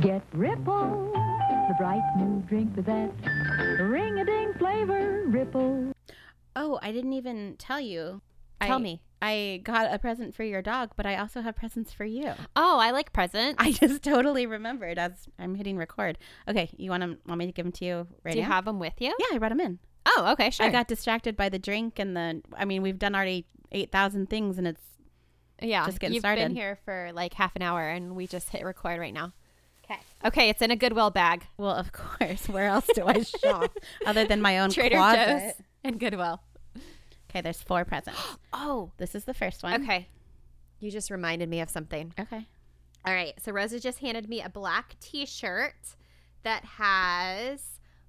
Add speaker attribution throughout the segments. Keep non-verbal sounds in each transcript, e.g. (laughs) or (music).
Speaker 1: Get Ripple, the bright new drink with that ring-a-ding flavor, Ripple.
Speaker 2: Oh, I didn't even tell you.
Speaker 3: Tell
Speaker 2: I-
Speaker 3: me.
Speaker 2: I got a present for your dog, but I also have presents for you.
Speaker 3: Oh, I like present.
Speaker 2: (laughs) I just totally remembered as I'm hitting record. Okay, you want to want me to give them to you right
Speaker 3: Do you
Speaker 2: now?
Speaker 3: have them with you?
Speaker 2: yeah, I brought them in.
Speaker 3: Oh, okay, sure.
Speaker 2: I got distracted by the drink and the. I mean, we've done already eight thousand things, and it's
Speaker 3: yeah.
Speaker 2: just getting
Speaker 3: You've
Speaker 2: started.
Speaker 3: been here for like half an hour, and we just hit record right now. Okay. Okay, it's in a Goodwill bag.
Speaker 2: well, of (laughs) course. Where else do I (laughs) shop other than my own
Speaker 3: Trader
Speaker 2: closet?
Speaker 3: Joe's and Goodwill.
Speaker 2: Okay, there's four presents. (gasps)
Speaker 3: Oh,
Speaker 2: This is the first one.
Speaker 3: okay. You just reminded me of something.
Speaker 2: Okay.
Speaker 3: All right. So Rosa just handed me a black T-shirt that has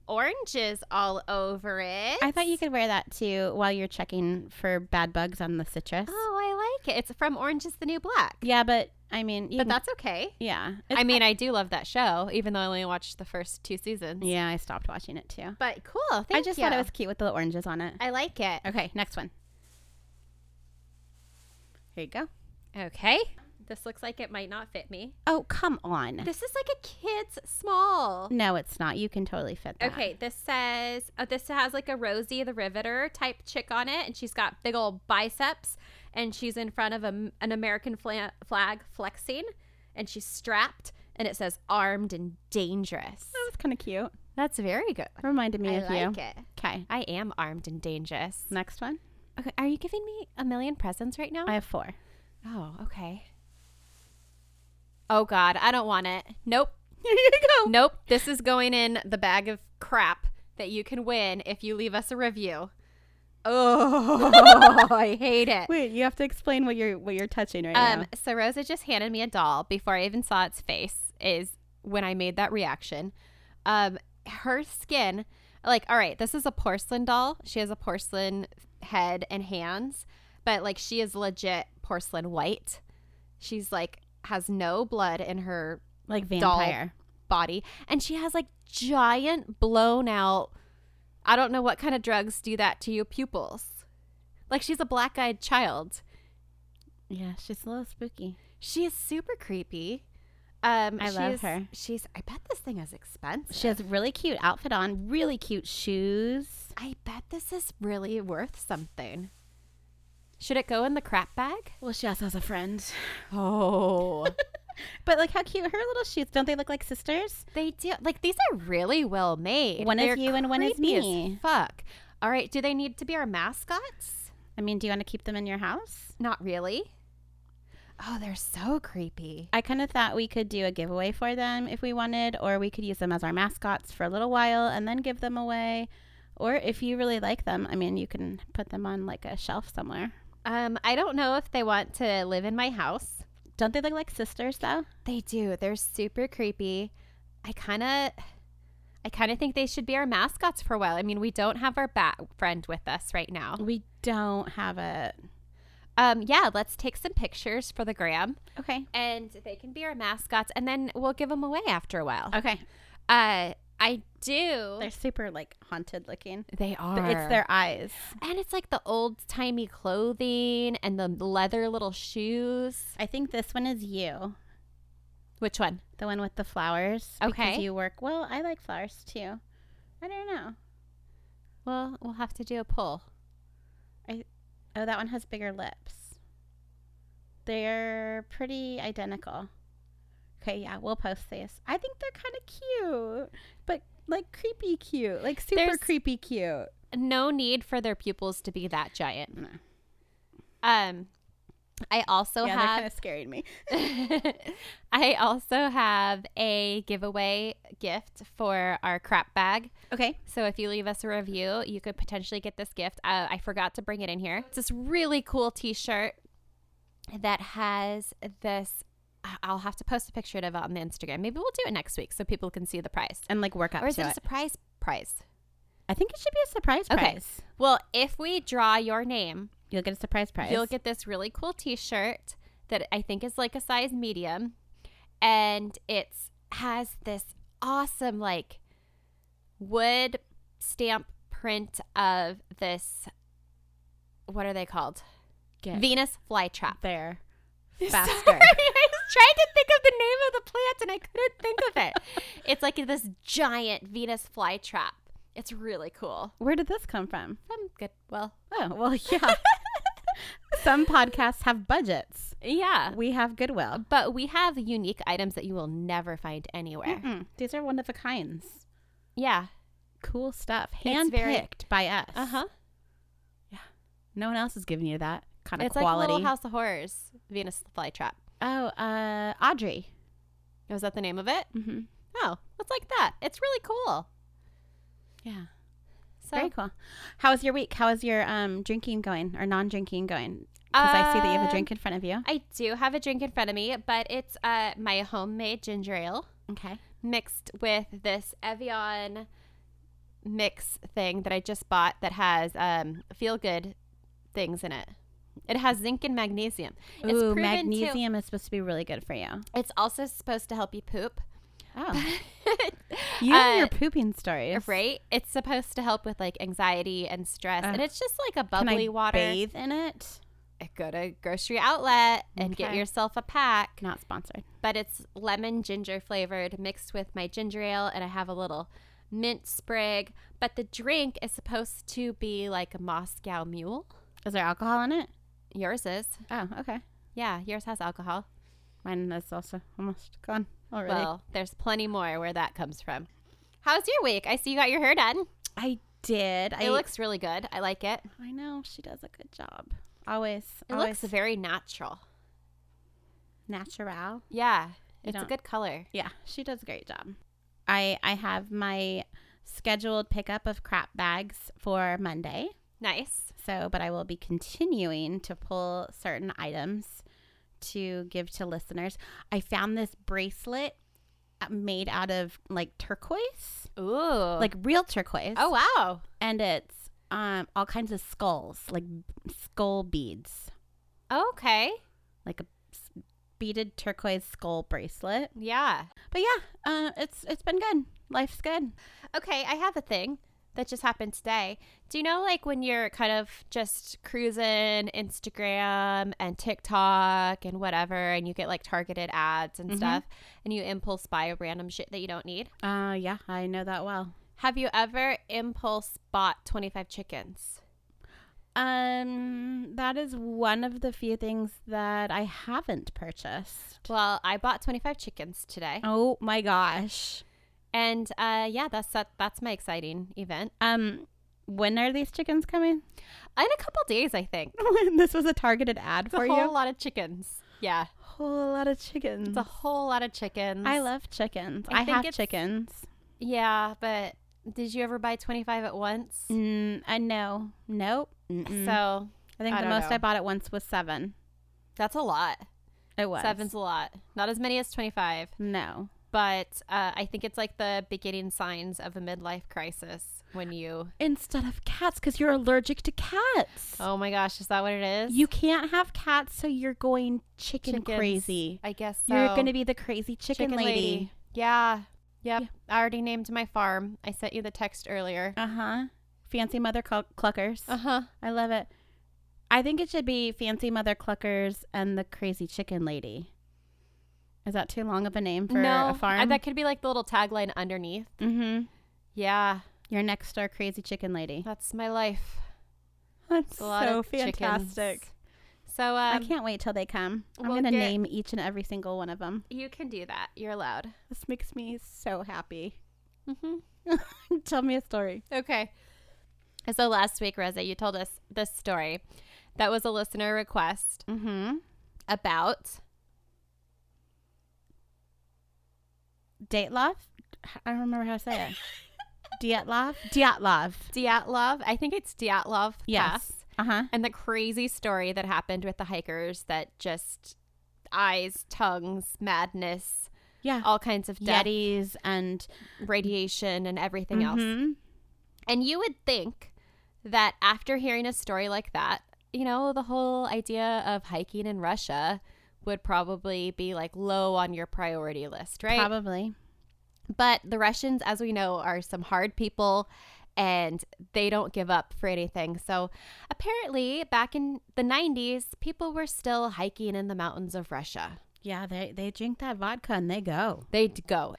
Speaker 3: oranges all over it.
Speaker 2: I thought you could wear that too while you're checking for bad bugs on the citrus.
Speaker 3: Oh, I like it. It's from Orange Is the New Black.
Speaker 2: Yeah, but I mean, you
Speaker 3: But
Speaker 2: can-
Speaker 3: that's okay.
Speaker 2: yeah.
Speaker 3: I mean, I do love that show, even though I only watched the first two seasons.
Speaker 2: yeah, I stopped watching it too.
Speaker 3: But cool. Thank
Speaker 2: I just
Speaker 3: you.
Speaker 2: thought it was cute with the oranges on it.
Speaker 3: I like it.
Speaker 2: Okay, next one. Here you go.
Speaker 3: Okay. This looks like it might not fit me.
Speaker 2: Oh, come on.
Speaker 3: This is like a kid's small.
Speaker 2: No, it's not. You can totally fit that.
Speaker 3: Okay, this says oh, this has like a Rosie the Riveter type chick on it, and she's got big old biceps, and she's in front of a, an American fla- flag flexing, and she's strapped, and it says armed and dangerous.
Speaker 2: That was kind of cute.
Speaker 3: That's very good.
Speaker 2: Reminded me
Speaker 3: I
Speaker 2: of
Speaker 3: like
Speaker 2: you.
Speaker 3: it.
Speaker 2: Okay,
Speaker 3: I am armed and dangerous.
Speaker 2: next one.
Speaker 3: Okay, are you giving me a million presents right now?
Speaker 2: I have four.
Speaker 3: oh, okay. Oh God, I don't want it. (laughs) Nope.
Speaker 2: Here you go.
Speaker 3: Nope, this is going in the bag of crap that you can win if you leave us a review. Oh, (laughs) I hate it.
Speaker 2: Wait, you have to explain what you're what you're touching right
Speaker 3: Uh, Um,
Speaker 2: now.
Speaker 3: so Rosa just handed me a doll before I even saw its face. Is when I made that reaction. Um, her skin, like, all right, this is a porcelain doll. She has a porcelain head and hands, but like, she is legit porcelain white. She's like has no blood in her
Speaker 2: Like
Speaker 3: doll.
Speaker 2: vampire.
Speaker 3: body and she has like giant blown out i don't know what kind of drugs do that to your pupils like she's a black-eyed child
Speaker 2: Yeah, she's a little spooky.
Speaker 3: she is super creepy um
Speaker 2: I love
Speaker 3: she's-
Speaker 2: her.
Speaker 3: she's i bet this thing is expensive
Speaker 2: She has a really cute outfit on, really cute shoes.
Speaker 3: i bet this is really worth something should it go in the crap bag
Speaker 2: Well, she also has a friend.
Speaker 3: oh
Speaker 2: But like, how cute her little shoes! Don't they look like sisters?
Speaker 3: (laughs) they do like these are really well made
Speaker 2: One is
Speaker 3: They're
Speaker 2: you and one is
Speaker 3: creepy as
Speaker 2: me.
Speaker 3: fuck all right do they need to be our mascots
Speaker 2: I mean, do you want to keep them in your house?
Speaker 3: Not really. Oh, they're so creepy.
Speaker 2: I kind of thought we could do a giveaway for them if we wanted, or we could use them as our mascots for a little while and then give them away. Or if you really like them, I mean, you can put them on like a shelf somewhere.
Speaker 3: Um, I don't know if they want to live in my house.
Speaker 2: Don't they look like sisters though?
Speaker 3: They do. They're super creepy. I kind of I kind of think they should be our mascots for a while. I mean, we don't have our bat friend with us right now.
Speaker 2: Oh. We don't have a.
Speaker 3: Um, yeah, let's take some pictures for the gram
Speaker 2: Okay.
Speaker 3: and they can be our mascots and then we'll give them away after a while.
Speaker 2: Okay.
Speaker 3: Uh, I do.
Speaker 2: They're super like haunted looking.
Speaker 3: they
Speaker 2: Th-
Speaker 3: are.
Speaker 2: It's their eyes.
Speaker 3: and it's like the old timey clothing and the leather little shoes.
Speaker 2: I think this one is you,
Speaker 3: Which one?
Speaker 2: the one with the flowers. Because
Speaker 3: Okay.
Speaker 2: you work well. I like flowers too. I don't know.
Speaker 3: Well, we'll have to do a poll.
Speaker 2: Oh, that one has bigger lips. They're pretty identical. Okay, yeah, we'll post these. I think they're kind of cute, but like creepy cute, like super
Speaker 3: There's-
Speaker 2: creepy cute.
Speaker 3: No need for their pupils to be that giant.
Speaker 2: No.
Speaker 3: Um, I also
Speaker 2: yeah, that kind
Speaker 3: have.
Speaker 2: of scared me.
Speaker 3: (laughs) I also have a giveaway gift for our crap bag.
Speaker 2: Okay,
Speaker 3: So if you leave us a review, you could potentially get this gift. Uh, I forgot to bring it in here. It's this really cool T-shirt that has this. I- I'll have to post a picture of it on the Instagram. Maybe we'll do it next week so people can see the price.
Speaker 2: and like work up
Speaker 3: Or is
Speaker 2: to
Speaker 3: it
Speaker 2: it.
Speaker 3: a surprise prize?
Speaker 2: I think it should be a surprise
Speaker 3: Okay.
Speaker 2: prize.
Speaker 3: Well, if we draw your name,
Speaker 2: You'll get a surprise prize.
Speaker 3: you'll get this really cool T-shirt that I think is like a size medium, and it's has this awesome like wood stamp print of this. What are they called?
Speaker 2: Get
Speaker 3: Venus flytrap.
Speaker 2: there
Speaker 3: (laughs)
Speaker 2: (laughs)
Speaker 3: Sorry, I
Speaker 2: faster.
Speaker 3: was trying to think of the name of the plant and I couldn't think of (laughs) It's like this giant Venus flytrap. It's really cool.
Speaker 2: Where did this come from?
Speaker 3: Some good. Well, (laughs)
Speaker 2: Oh, well, yeah. Some podcasts have budgets.
Speaker 3: yeah.
Speaker 2: We have Goodwill.
Speaker 3: But we have unique items that you will never find anywhere.
Speaker 2: Mm-mm. These are one of a kinds.
Speaker 3: Yeah.
Speaker 2: Cool stuff.
Speaker 3: It's
Speaker 2: Handpicked
Speaker 3: very-
Speaker 2: by us.
Speaker 3: Uh huh.
Speaker 2: No one else is giving you that kind of
Speaker 3: It's like
Speaker 2: quality.
Speaker 3: Little House of Horrors, Venus flytrap.
Speaker 2: oh, uh, Audrey.
Speaker 3: Was that the name of it?
Speaker 2: Mm-hmm.
Speaker 3: Oh, it's like that. It's really cool.
Speaker 2: Yeah.
Speaker 3: So,
Speaker 2: Very cool. How was your week? How was your um, drinking going or non drinking going? Because I see that you have a
Speaker 3: Um,
Speaker 2: drink in front of you.
Speaker 3: I do have a drink in front of me, but it's uh, my homemade ginger ale
Speaker 2: Okay.
Speaker 3: mixed with this Evian mix thing that I just bought that has um, feel good things in it. It has zinc and magnesium. It's
Speaker 2: Ooh,
Speaker 3: proven to-
Speaker 2: magnesium is supposed to be really good for you.
Speaker 3: it's also supposed to help you poop.
Speaker 2: Oh, Uh, you and your pooping stories.
Speaker 3: (laughs) right? It's supposed to help with like anxiety and stress, and
Speaker 2: Ugh.
Speaker 3: it's just like a
Speaker 2: Can
Speaker 3: bubbly
Speaker 2: I
Speaker 3: water. Eh,
Speaker 2: bathe in it?
Speaker 3: Go to grocery outlet and get
Speaker 2: Okay.
Speaker 3: yourself a pack.
Speaker 2: Not sponsored.
Speaker 3: but it's lemon ginger flavored mixed with my ginger ale and I have a little mint sprig. But the drink is supposed to be like a Moscow mule.
Speaker 2: Is there alcohol in it?
Speaker 3: Yours is.
Speaker 2: Oh, okay.
Speaker 3: Yeah, yours has alcohol.
Speaker 2: Mine is also almost gone already.
Speaker 3: Well, there's plenty more where that comes from. How's your week? I see you got your hair done.
Speaker 2: I did. I
Speaker 3: it looks really good. I like it.
Speaker 2: I know she does a good job. Always.
Speaker 3: It
Speaker 2: always
Speaker 3: looks very natural.
Speaker 2: natural.
Speaker 3: Yeah.
Speaker 2: You
Speaker 3: It's a
Speaker 2: don't-
Speaker 3: good color.
Speaker 2: Yeah, she does a great job. I I have my scheduled pickup of crap bags for Monday.
Speaker 3: Nice.
Speaker 2: So, but I will be continuing to pull certain items to give to listeners. I found this bracelet uh, made out of like turquoise,
Speaker 3: Ooh.
Speaker 2: like real turquoise.
Speaker 3: Oh wow.
Speaker 2: and it's um all kinds of skulls, like b- skull beads,
Speaker 3: Okay.
Speaker 2: like a s- beaded turquoise skull bracelet.
Speaker 3: Yeah.
Speaker 2: But yeah, uh, it's it's been good. Life's good.
Speaker 3: Okay, I have a thing that just happened today. Do you know, like, when you're kind of just cruising Instagram and TikTok and whatever, and you get like targeted ads and stuff, and you impulse buy random shit that you don't need?
Speaker 2: Uh, yeah, I know that well.
Speaker 3: Have you ever impulse bought 25 chickens?
Speaker 2: Um, that is one of the few things that I haven't purchased.
Speaker 3: Well, I bought 25 chickens today.
Speaker 2: Oh my gosh.
Speaker 3: And uh, yeah, that's that, that's my exciting event.
Speaker 2: Um, when are these chickens coming? (laughs)
Speaker 3: In a couple days, I think.
Speaker 2: this was a targeted ad
Speaker 3: It's a
Speaker 2: for
Speaker 3: whole
Speaker 2: you.
Speaker 3: lot of chickens. Yeah.
Speaker 2: Whole lot of chickens.
Speaker 3: It's a whole lot of chickens.
Speaker 2: Mm. I love chickens.
Speaker 3: I
Speaker 2: I,
Speaker 3: think
Speaker 2: have
Speaker 3: it's-
Speaker 2: chickens.
Speaker 3: Yeah, but did you ever buy 25 at once?
Speaker 2: Mm, I know. Nope. Mm-mm.
Speaker 3: So
Speaker 2: I think
Speaker 3: I
Speaker 2: the
Speaker 3: don't
Speaker 2: most
Speaker 3: know.
Speaker 2: I bought at once was seven.
Speaker 3: that's a lot.
Speaker 2: It was
Speaker 3: Seven's a lot. Not as many as 25,
Speaker 2: No.
Speaker 3: but uh, I think it's like the beginning signs of a midlife crisis when you.
Speaker 2: Instead of cats, because you're allergic to cats.
Speaker 3: Oh my gosh, is that what it is?
Speaker 2: You can't have cats, so you're going chicken
Speaker 3: Chickens.
Speaker 2: crazy.
Speaker 3: I guess
Speaker 2: You're
Speaker 3: so.
Speaker 2: going to be the crazy chicken, lady.
Speaker 3: Yeah. Yep.
Speaker 2: Yeah.
Speaker 3: I already named my farm. I sent you the text earlier.
Speaker 2: Uh huh. Fancy mother cluck cluckers.
Speaker 3: Uh huh.
Speaker 2: I love it. I think it should be Fancy Mother Cluckers and the Crazy Chicken Lady. Is that too long of a name for
Speaker 3: no,
Speaker 2: a farm?
Speaker 3: I- that could be like the little tagline underneath.
Speaker 2: mm-hmm.
Speaker 3: Yeah,
Speaker 2: Your next door crazy chicken lady.
Speaker 3: that's my life.
Speaker 2: That's
Speaker 3: It's a lot of chickens. So um,
Speaker 2: I can't wait till they come. I'm
Speaker 3: we'll
Speaker 2: gonna
Speaker 3: get-
Speaker 2: name each and every single one of them.
Speaker 3: You can do that. You're allowed.
Speaker 2: This makes me so happy.
Speaker 3: Mm-hmm.
Speaker 2: (laughs) Tell me a story.
Speaker 3: Okay. So last week, Rosa, you told us this story that was a listener request
Speaker 2: Mm-hmm.
Speaker 3: about.
Speaker 2: Datelov. I don't remember how to say it. (laughs) Dietlov. Dietlov.
Speaker 3: Dyatlov, I think it's Dyatlov
Speaker 2: Yes.
Speaker 3: Pass,
Speaker 2: Uh huh.
Speaker 3: and the crazy story that happened with the hikers that just eyes, tongues, madness,
Speaker 2: Yeah.
Speaker 3: all kinds of death,
Speaker 2: Yetis and
Speaker 3: radiation, and everything else.
Speaker 2: Mhm.
Speaker 3: And you would think that after hearing a story like that, you know, the whole idea of hiking in Russia would probably be like low on your priority list, right?
Speaker 2: Probably.
Speaker 3: But the Russians, as we know, are some hard people and they don't give up for anything. So apparently, back in the 90s, people were still hiking in the mountains of Russia.
Speaker 2: Yeah. They they drink that vodka and they go.
Speaker 3: They'd go.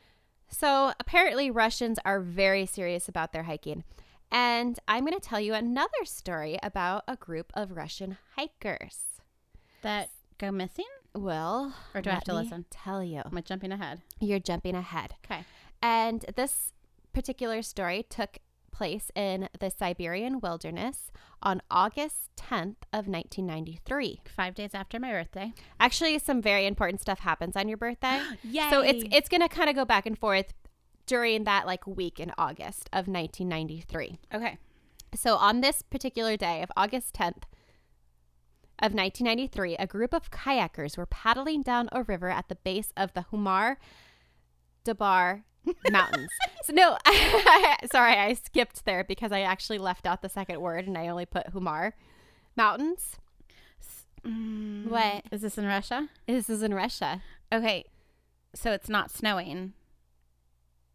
Speaker 3: So apparently, Russians are very serious about their hiking. And I'm going to tell you another story about a group of Russian hikers.
Speaker 2: That go missing?
Speaker 3: Well,
Speaker 2: Or do I have
Speaker 3: let
Speaker 2: to
Speaker 3: me
Speaker 2: listen?
Speaker 3: Tell you,
Speaker 2: Am I jumping ahead?
Speaker 3: you're jumping ahead.
Speaker 2: Okay.
Speaker 3: And this particular story took place in the Siberian wilderness on August 10th of 1993.
Speaker 2: Five days after my birthday.
Speaker 3: Actually, some very important stuff happens on your (gasps) birthday.
Speaker 2: Yeah.
Speaker 3: So it's it's going to kind of go back and forth during that like week in August of 1993.
Speaker 2: okay.
Speaker 3: So on this particular day of August 10th of 1993, a group of kayakers were paddling down a river at the base of the Humar Dabar Mountains. so no, (laughs) sorry, I skipped there because I actually left out the second word and I only put Humar Mountains. What?
Speaker 2: Mm. Is this in Russia?
Speaker 3: This is in Russia.
Speaker 2: Okay. So it's not snowing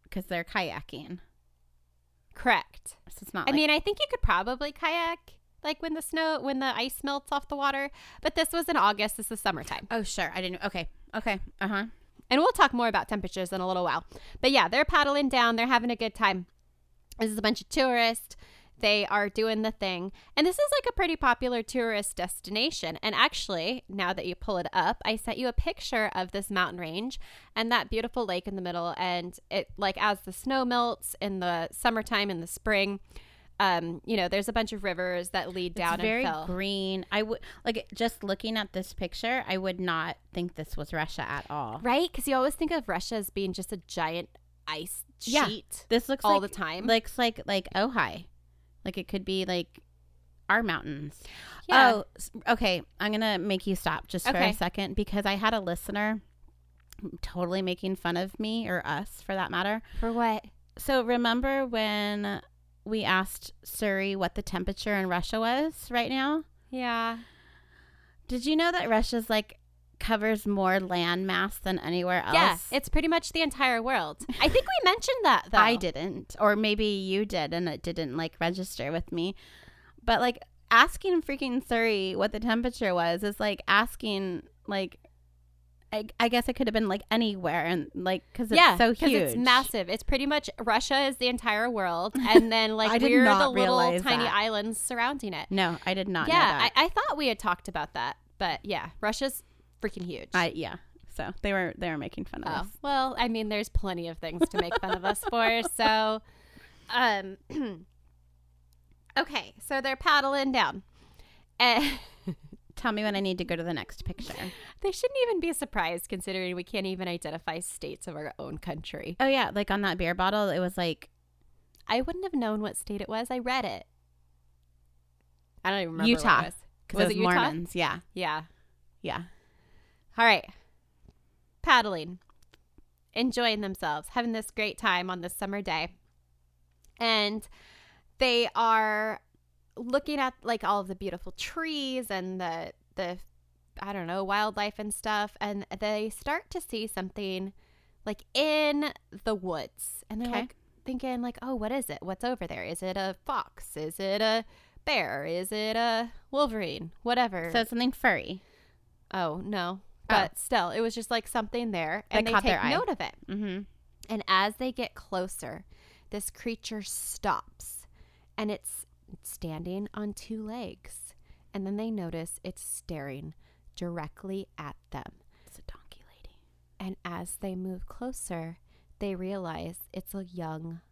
Speaker 2: because they're kayaking.
Speaker 3: Correct.
Speaker 2: So it's not.
Speaker 3: I
Speaker 2: like-
Speaker 3: mean, I think you could probably kayak like when the snow, when the ice melts off the water. But this was in August. This is summertime.
Speaker 2: oh, sure. I didn't. Okay. Okay. Uh huh.
Speaker 3: And we'll talk more about temperatures in a little while. But yeah, they're paddling down. They're having a good time. This is a bunch of tourists. They are doing the thing. And this is like a pretty popular tourist destination. And actually, now that you pull it up, I sent you a picture of this mountain range and that beautiful lake in the middle. And it, like, as the snow melts in the summertime, in the spring, um, you know, there's a bunch of rivers that lead down
Speaker 2: it's very
Speaker 3: and fill.
Speaker 2: green. I would like just looking at this picture. I would not think this was Russia at all.
Speaker 3: right? Because you always think of Russia as being just a giant ice sheet.
Speaker 2: Yeah. This looks
Speaker 3: All
Speaker 2: like-
Speaker 3: the time.
Speaker 2: Looks like like Ojai, like it could be like our mountains.
Speaker 3: Yeah.
Speaker 2: Oh, s- okay. I'm gonna make you stop just for
Speaker 3: Okay.
Speaker 2: a second because I had a listener totally making fun of me or us for that matter.
Speaker 3: For what?
Speaker 2: So remember when we asked Suri what the temperature in Russia was right now?
Speaker 3: Yeah.
Speaker 2: Did you know that Russia's like covers more land mass than anywhere else?
Speaker 3: Yeah, it's pretty much the
Speaker 2: (laughs)
Speaker 3: entire world. I think we mentioned that though.
Speaker 2: I didn't, or maybe you did, and it didn't like register with me. But like asking freaking Surrey what the temperature was is like asking like. I, I guess it could have been like anywhere and like because it's
Speaker 3: yeah,
Speaker 2: so
Speaker 3: 'cause
Speaker 2: huge.
Speaker 3: it's massive. It's pretty much Russia is the entire world, and
Speaker 2: (laughs)
Speaker 3: then
Speaker 2: I
Speaker 3: like
Speaker 2: did
Speaker 3: we're the
Speaker 2: not
Speaker 3: little
Speaker 2: realize
Speaker 3: tiny
Speaker 2: that.
Speaker 3: islands surrounding it.
Speaker 2: No, I did not. know
Speaker 3: yeah,
Speaker 2: that.
Speaker 3: I, I thought we had talked about that, but yeah, Russia's freaking huge.
Speaker 2: I, yeah. So they were they were making fun of
Speaker 3: oh
Speaker 2: us.
Speaker 3: well, I mean, there's plenty of things to make fun of us
Speaker 2: (laughs)
Speaker 3: for. So, um, (clears throat) okay, so they're paddling down, and.
Speaker 2: Tell me when I need to go to the next picture.
Speaker 3: They shouldn't even be surprised considering we can't even identify states of our own country.
Speaker 2: oh yeah, like on that beer bottle, it was like
Speaker 3: I wouldn't have known what state it was. I read it. I don't even remember. what it
Speaker 2: Utah.
Speaker 3: was.
Speaker 2: 'cause it was
Speaker 3: Utah?
Speaker 2: Mormons. Yeah,
Speaker 3: Yeah.
Speaker 2: yeah.
Speaker 3: All right. Paddling, enjoying themselves, having this great time on this summer day. And they are looking at like all of the beautiful trees and the the I don't know, wildlife and stuff and they start to see something like in the woods. And they're
Speaker 2: Okay.
Speaker 3: like thinking like, "Oh, what is it? What's over there? Is it a fox? Is it a bear? Is it a wolverine? Whatever."
Speaker 2: So it's something furry.
Speaker 3: Oh no.
Speaker 2: Oh.
Speaker 3: But still, it was just like something there,
Speaker 2: That
Speaker 3: and they
Speaker 2: caught
Speaker 3: take
Speaker 2: their eye.
Speaker 3: note of it.
Speaker 2: Mm-hmm.
Speaker 3: And as they get closer, this creature stops, and it's standing on two legs. And then they notice it's staring directly at them.
Speaker 2: It's a donkey lady.
Speaker 3: And as they move closer, they realize it's a young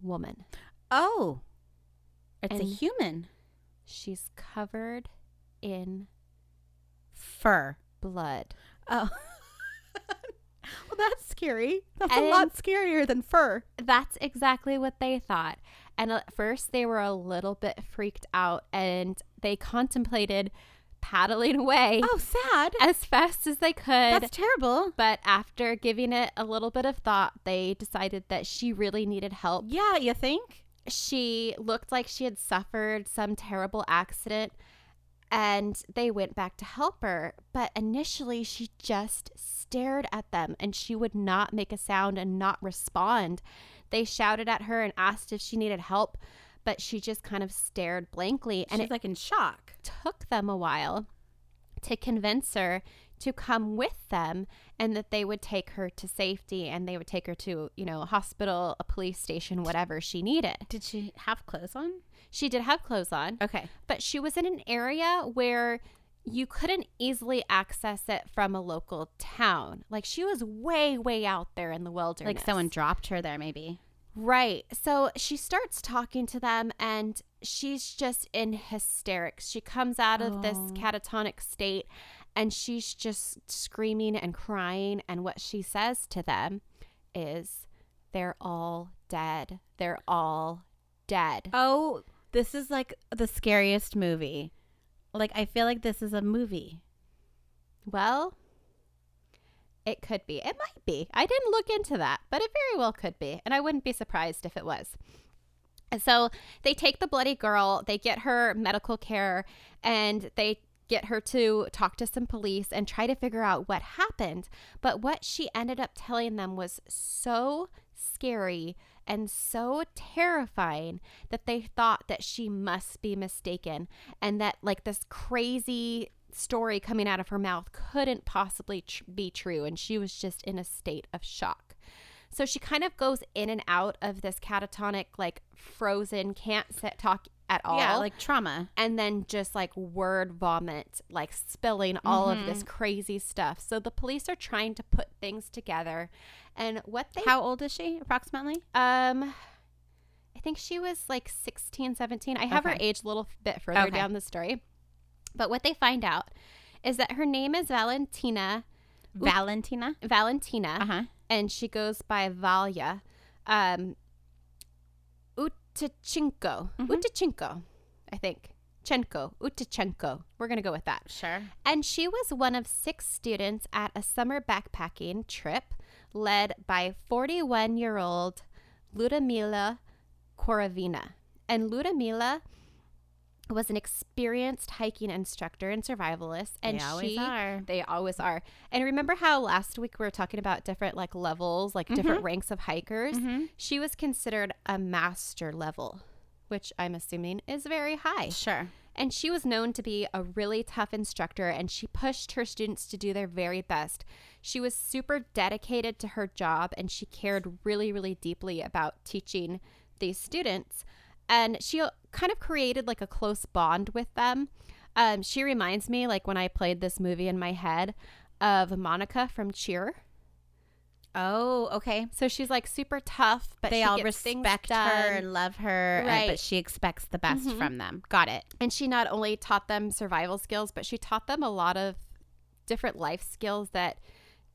Speaker 3: woman.
Speaker 2: Oh, it's a
Speaker 3: And-
Speaker 2: human
Speaker 3: She's covered in
Speaker 2: fur.
Speaker 3: blood.
Speaker 2: Oh, (laughs) well, that's scary. That's
Speaker 3: a lot
Speaker 2: scarier than fur.
Speaker 3: That's exactly what they thought. And at first, they were a little bit freaked out and they contemplated paddling away
Speaker 2: Oh, sad.
Speaker 3: as fast as they could.
Speaker 2: That's terrible.
Speaker 3: but after giving it a little bit of thought, they decided that she really needed help.
Speaker 2: Yeah, you think?
Speaker 3: She looked like she had suffered some terrible accident and they went back to help her. But initially, she just stared at them and she would not make a sound and not respond. They shouted at her and asked if she needed help, but she just kind of stared blankly. And
Speaker 2: She's
Speaker 3: it
Speaker 2: like in shock.
Speaker 3: took them a while to convince her to come with them and that they would take her to safety and they would take her to, you know, a hospital, a police station, whatever she needed.
Speaker 2: Did she have clothes on?
Speaker 3: She did have clothes on,
Speaker 2: Okay.
Speaker 3: but she was in an area where you couldn't easily access it from a local town. Like she was way, way out there in the wilderness.
Speaker 2: Like someone dropped her there, maybe.
Speaker 3: Right. So she starts talking to them and she's just in hysterics. She comes out of this
Speaker 2: Oh.
Speaker 3: catatonic state and she's just screaming and crying. And what she says to them is, They're all dead. They're all dead.
Speaker 2: Oh, this is like the scariest movie. Like I feel like this is a movie.
Speaker 3: Well, it could be. It might be. I didn't look into that, but it very well could be. And I wouldn't be surprised if it was. And so they take the bloody girl, they get her medical care, and they get her to talk to some police and try to figure out what happened. But what she ended up telling them was so scary and so terrifying that they thought that she must be mistaken and that, like, this crazy story coming out of her mouth couldn't possibly tr- be true. And she was just in a state of shock. So she kind of goes in and out of this catatonic, like frozen, can't sit, talk at all.
Speaker 2: Yeah, like trauma.
Speaker 3: and then just like word vomit, like spilling all of
Speaker 2: Mm-hmm.
Speaker 3: this crazy stuff. So the police are trying to put things together. And what they,
Speaker 2: How old is she approximately?
Speaker 3: um, I think she was like 16, 17. I have her
Speaker 2: Okay.
Speaker 3: age a little bit further
Speaker 2: Okay.
Speaker 3: down the story. But what they find out is that her name is Valentina,
Speaker 2: Valentina.
Speaker 3: Valentina
Speaker 2: huh.
Speaker 3: and she goes by Valya um, Utachenko. Utachenko, I think. Chenko, Utachenko. We're going to go with that.
Speaker 2: Sure.
Speaker 3: And she was one of six students at a summer backpacking trip led by 41 year old Ludmila Korovina. And Ludmila was an experienced hiking instructor and survivalist. And
Speaker 2: They always
Speaker 3: she,
Speaker 2: are.
Speaker 3: They always are. And remember how last week we were talking about different like levels,
Speaker 2: Mm-hmm.
Speaker 3: like different ranks of hikers? She was considered a master level, which I'm assuming is very high.
Speaker 2: Sure.
Speaker 3: And she was known to be a really tough instructor and she pushed her students to do their very best. She was super dedicated to her job and she cared really, really deeply about teaching these students. And she kind of created like a close bond with them. Um, she reminds me, like when I played this movie in my head, of Monica from Cheer.
Speaker 2: Oh, okay.
Speaker 3: So she's like super tough, but
Speaker 2: they
Speaker 3: she
Speaker 2: all
Speaker 3: gets things
Speaker 2: respect her
Speaker 3: done.
Speaker 2: and love her, uh,
Speaker 3: Right.
Speaker 2: but she expects the best from them. Got it.
Speaker 3: And she not only taught them survival skills, but she taught them a lot of different life skills that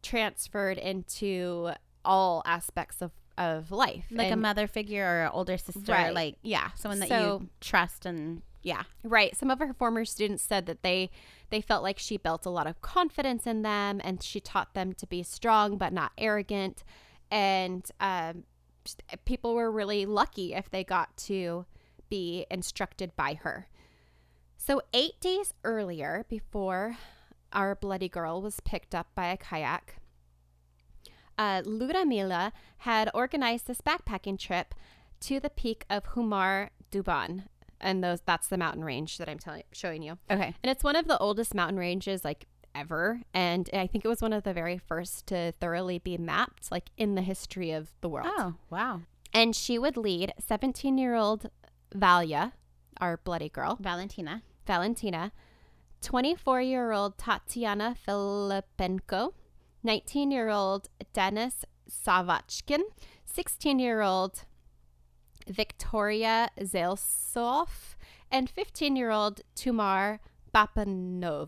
Speaker 3: transferred into all aspects of, of life.
Speaker 2: Like
Speaker 3: And-
Speaker 2: a mother figure or an older sister,
Speaker 3: Right.
Speaker 2: like yeah, someone that
Speaker 3: So-
Speaker 2: you trust and yeah.
Speaker 3: Right. Some of her former students said that they they felt like she built a lot of confidence in them, and she taught them to be strong but not arrogant. And um, just- people were really lucky if they got to be instructed by her. So eight days earlier, before our bloody girl was picked up by a kayak, uh, Ludmila had organized this backpacking trip to the peak of Humar Duban, and those that's the mountain range that I'm telling showing you.
Speaker 2: Okay.
Speaker 3: And it's one of the oldest mountain ranges like ever, and I think it was one of the very first to thoroughly be mapped like in the history of the world.
Speaker 2: Oh wow,
Speaker 3: And she would lead 17-year-old Valya, our bloody girl,
Speaker 2: Valentina.
Speaker 3: Valentina, 24 year old Tatiana Filipenko, 19 year old Dennis Savachkin, 16 year old Victoria Zelsov, and 15 year old Tumar Bapanov,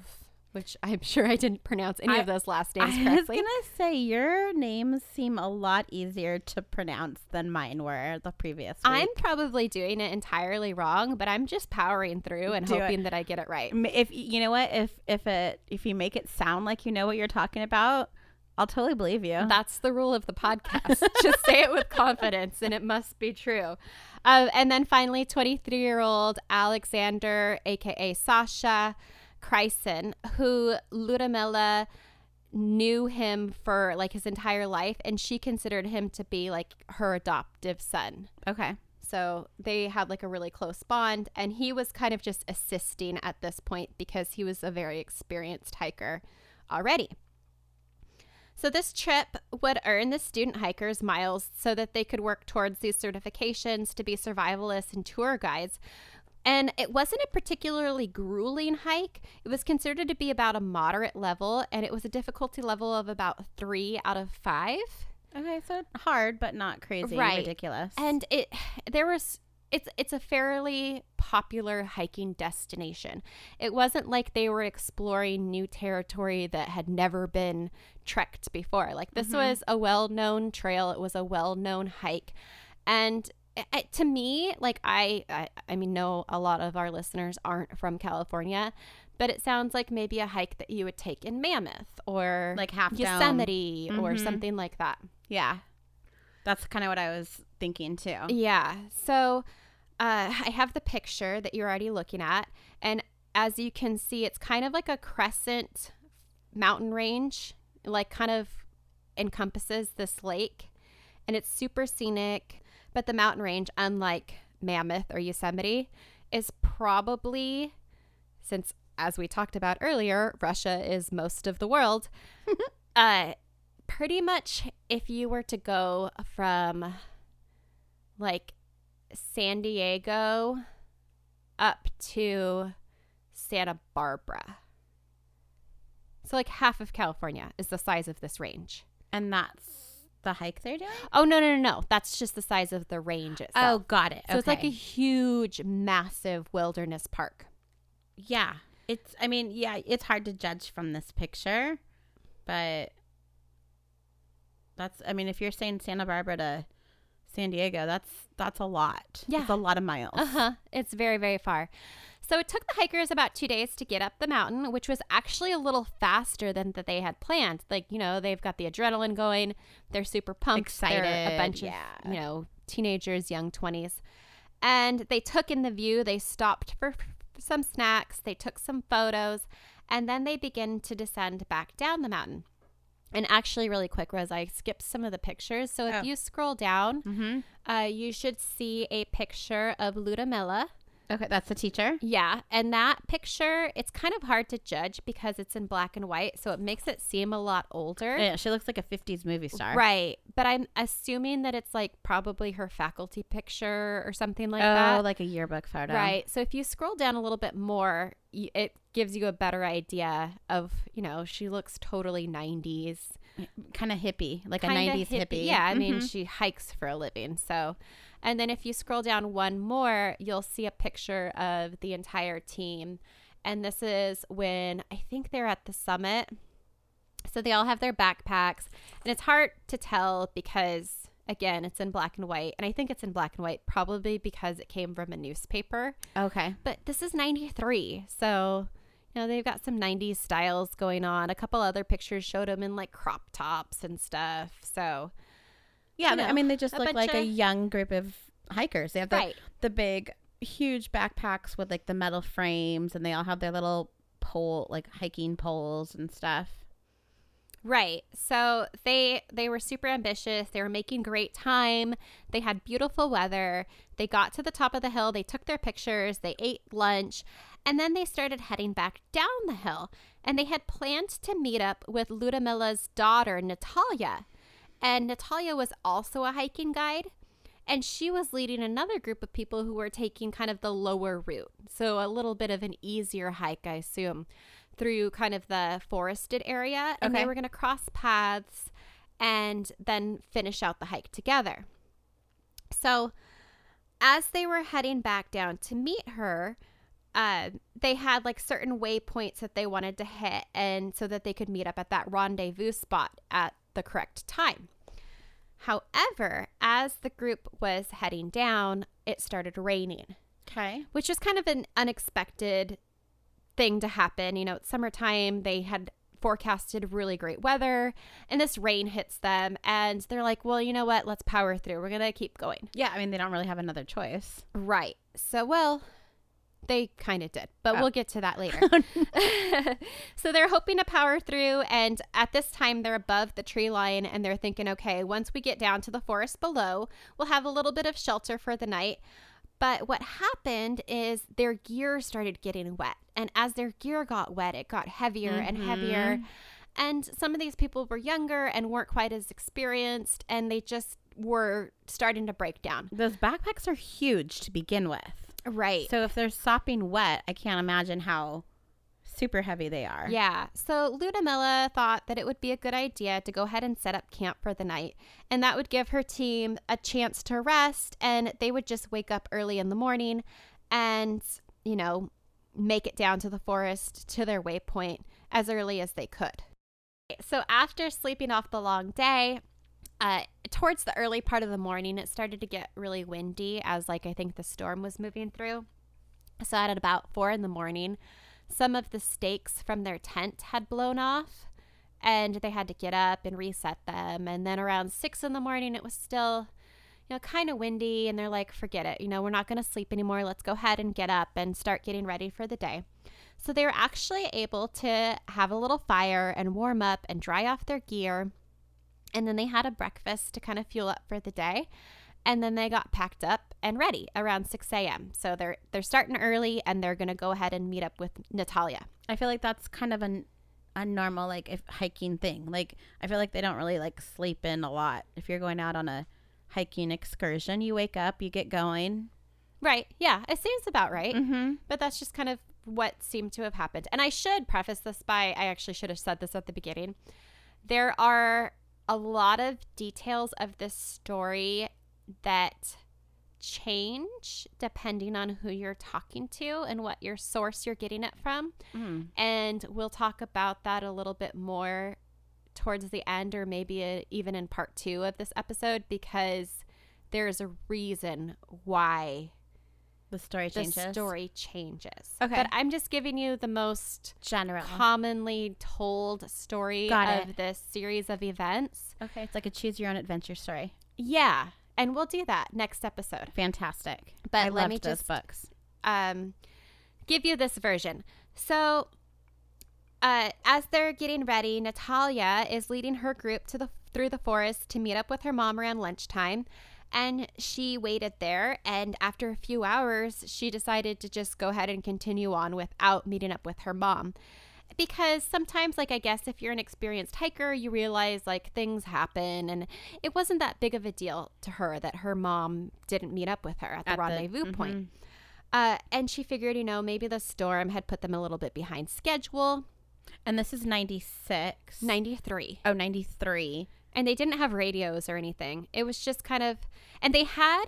Speaker 3: which I'm (laughs) sure I didn't pronounce any of
Speaker 2: I-
Speaker 3: those last
Speaker 2: (laughs)
Speaker 3: names
Speaker 2: I was
Speaker 3: correctly.
Speaker 2: gonna say your names seem a lot easier to pronounce than mine were the previous.
Speaker 3: I'm
Speaker 2: Week.
Speaker 3: probably doing it entirely wrong, but I'm just powering through and
Speaker 2: Do it.
Speaker 3: hoping that I get it right.
Speaker 2: M- if you know what if if it if you make it sound like you know what you're talking about, I'll totally believe you.
Speaker 3: That's the rule of the podcast. (laughs) Just say it with confidence, and it must be true. Um, and then finally, 23 year old Alexander, aka Sasha Kryson, who Ludmilla knew him for like his entire life, and she considered him to be like her adoptive son.
Speaker 2: okay.
Speaker 3: So they had like a really close bond, and he was kind of just assisting at this point because he was a very experienced hiker already. So, this trip would earn the student hikers miles so that they could work towards these certifications to be survivalists and tour guides. And it wasn't a particularly grueling hike. It was considered to be about a moderate level, and it was a difficulty level of about three out of five.
Speaker 2: Okay, so hard but not crazy,
Speaker 3: Right.
Speaker 2: ridiculous.
Speaker 3: And it there was it's it's a fairly popular hiking destination. It wasn't like they were exploring new territory that had never been trekked before. Like
Speaker 2: Mm-hmm.
Speaker 3: this was a well-known trail, it was a well-known hike. And i- i- to me, like I, I I mean no a lot of our listeners aren't from California, but it sounds like maybe a hike that you would take in Mammoth or
Speaker 2: Like Half Dome.
Speaker 3: Yosemite or
Speaker 2: Mhm.
Speaker 3: something like that.
Speaker 2: yeah, that's kind of what I was thinking too.
Speaker 3: Yeah. So uh, I have the picture that you're already looking at. And as you can see, it's kind of like a crescent mountain range, like kind of encompasses this lake. And it's super scenic. But the mountain range, unlike Mammoth or Yosemite, is probably, since as we talked about earlier, Russia is most of the world. uh, pretty much, if you were to go from like San Diego up to Santa Barbara. So like half of California is the size of this range.
Speaker 2: And that's the hike they're doing.
Speaker 3: Oh no no no no! That's just the size of the range
Speaker 2: Oh,
Speaker 3: itself.
Speaker 2: got it.
Speaker 3: so it's like a
Speaker 2: Okay.
Speaker 3: huge, massive wilderness park.
Speaker 2: yeah. It's. I mean, yeah, it's hard to judge from this picture, but that's. I mean, if you're saying Santa Barbara to San Diego, that's that's a lot.
Speaker 3: Yeah.
Speaker 2: it's a lot of miles.
Speaker 3: Uh huh. (laughs) It's very, very far. So it took the hikers about two days to get up the mountain, which was actually a little faster than that they had planned. Like you know, they've got the adrenaline going; they're super pumped, They're
Speaker 2: Excited,
Speaker 3: a bunch
Speaker 2: yeah.
Speaker 3: of you know teenagers, young twenties, and they took in the view. They stopped for for some snacks. They took some photos, and then they begin to descend back down the mountain. And actually, really quick, Rose, I skipped some of the pictures. So if
Speaker 2: Oh.
Speaker 3: you scroll down,
Speaker 2: Mm-hmm.
Speaker 3: uh, you should see a picture of Ludmilla.
Speaker 2: Okay, that's the teacher.
Speaker 3: Yeah, and that picture, it's kind of hard to judge because it's in black and white, so it makes it seem a lot older.
Speaker 2: Yeah, she looks like a '50s movie star.
Speaker 3: Right, but I'm assuming that it's like probably her faculty picture or something like
Speaker 2: oh,
Speaker 3: that.
Speaker 2: like a yearbook photo.
Speaker 3: Right. So if you scroll down a little bit more, y- it gives you a better idea of, you know, she looks totally 90s.
Speaker 2: Kind of hippie, like
Speaker 3: kinda
Speaker 2: a '90s hippie.
Speaker 3: Yeah, I mean,
Speaker 2: Mhm.
Speaker 3: she hikes for a living. So, and then if you scroll down one more, you'll see a picture of the entire team. And this is when I think they're at the summit. So they all have their backpacks, and it's hard to tell because again, it's in black and white. And I think it's in black and white probably because it came from a newspaper.
Speaker 2: okay.
Speaker 3: But this is 93. So, you know, they've got some 90s styles going on. A couple other pictures showed them in like crop tops and stuff. So,
Speaker 2: Yeah,
Speaker 3: you
Speaker 2: they- I
Speaker 3: know,
Speaker 2: mean, they just
Speaker 3: a
Speaker 2: look
Speaker 3: bunch
Speaker 2: like a
Speaker 3: of-
Speaker 2: young group of hikers. They have the,
Speaker 3: Right.
Speaker 2: the big, huge backpacks with like the metal frames, and they all have their little pole, like hiking poles and stuff.
Speaker 3: right. So, they they were super ambitious. They were making great time. They had beautiful weather. They got to the top of the hill. They took their pictures. They ate lunch. And then they started heading back down the hill. And they had planned to meet up with Ludmilla's daughter, Natalia. And Natalia was also a hiking guide. And she was leading another group of people who were taking kind of the lower route. So a little bit of an easier hike, I assume, through kind of the forested area. And
Speaker 2: Okay.
Speaker 3: they were going to cross paths and then finish out the hike together. So as they were heading back down to meet her, uh, they had like certain waypoints that they wanted to hit, and so that they could meet up at that rendezvous spot at the correct time. However, as the group was heading down, it started raining,
Speaker 2: Okay.
Speaker 3: which was kind of an unexpected thing to happen. You know, it's summertime, they had forecasted really great weather, and this rain hits them, and they're like, well, you know what? Let's power through. We're going to keep going.
Speaker 2: Yeah, I mean, they don't really have another
Speaker 3: (laughs)
Speaker 2: choice.
Speaker 3: Right. So, well, they kind of did,
Speaker 2: (laughs)
Speaker 3: but
Speaker 2: Oh.
Speaker 3: we'll get to that later. (laughs) so, they're hoping to power through. And at this time, they're above the tree line and they're thinking, okay, once we get down to the forest below, we'll have a little bit of shelter for the night. But what happened is their gear started getting wet. And as their gear got wet, it got heavier and heavier. And some of these people were younger and weren't quite as experienced, and they just were starting to break down.
Speaker 2: Those backpacks are huge to begin with.
Speaker 3: Right.
Speaker 2: So if they're sopping wet, I can't imagine how super heavy they are.
Speaker 3: Yeah. So Ludmilla thought that it would be a good idea to go ahead and set up camp for the night. And that would give her team a chance to rest and they would just wake up early in the morning and, you know, make it down to the forest to their waypoint as early as they could. So after sleeping off the long day, uh, towards the early part of the morning, it started to get really windy as, like, I think the storm was moving through. So at about four in the morning, some of the stakes from their tent had blown off and they had to get up and reset them. And then around six in the morning, it was still, you know, kind of windy. And they're like, forget it. You know, we're not going to sleep anymore. Let's go ahead and get up and start getting ready for the day. So they were actually able to have a little fire and warm up and dry off their gear. And then they had a breakfast to kind of fuel up for the day. And then they got packed up and ready around 6 a.m. So they're they're starting early and they're gonna go ahead and meet up with Natalia.
Speaker 2: I feel like that's kind of an a normal like if hiking thing. Like I feel like they don't really like sleep in a lot. If you're going out on a hiking excursion, you wake up, you get going.
Speaker 3: Right. Yeah. It seems about right.
Speaker 2: Mm-hmm.
Speaker 3: But that's just kind of what seemed to have happened. And I should preface this by I actually should have said this at the beginning. There are a lot of details of this story that change depending on who you're talking to and what your source you're getting it from.
Speaker 2: Mm.
Speaker 3: And we'll talk about that a little bit more towards the end or maybe uh even in part two of this episode because there's a reason why
Speaker 2: The story changes.
Speaker 3: the story changes.
Speaker 2: Okay.
Speaker 3: But I'm just giving you the most
Speaker 2: general.
Speaker 3: commonly told story
Speaker 2: Got
Speaker 3: of this series of events.
Speaker 2: okay, it's like a choose your own adventure story.
Speaker 3: Yeah. And we'll do that next episode.
Speaker 2: Fantastic.
Speaker 3: But
Speaker 2: I
Speaker 3: let
Speaker 2: loved
Speaker 3: me
Speaker 2: those
Speaker 3: just-
Speaker 2: books.
Speaker 3: um, give you this version. So, uh, as they're getting ready, Natalia is leading her group to the through the forest to meet up with her mom around lunchtime, and she waited there. And after a few hours, she decided to just go ahead and continue on without meeting up with her mom. Because sometimes, like, I guess if you're an experienced hiker, you realize like things happen, and it wasn't that big of a deal to her that her mom didn't meet up with her at the
Speaker 2: At the-
Speaker 3: rendezvous point.
Speaker 2: mhm.
Speaker 3: Uh, and she figured, you know, maybe the storm had put them a little bit behind schedule.
Speaker 2: And this is 96.
Speaker 3: 93.
Speaker 2: oh, 93.
Speaker 3: And they didn't have radios or anything. It was just kind of, and they had,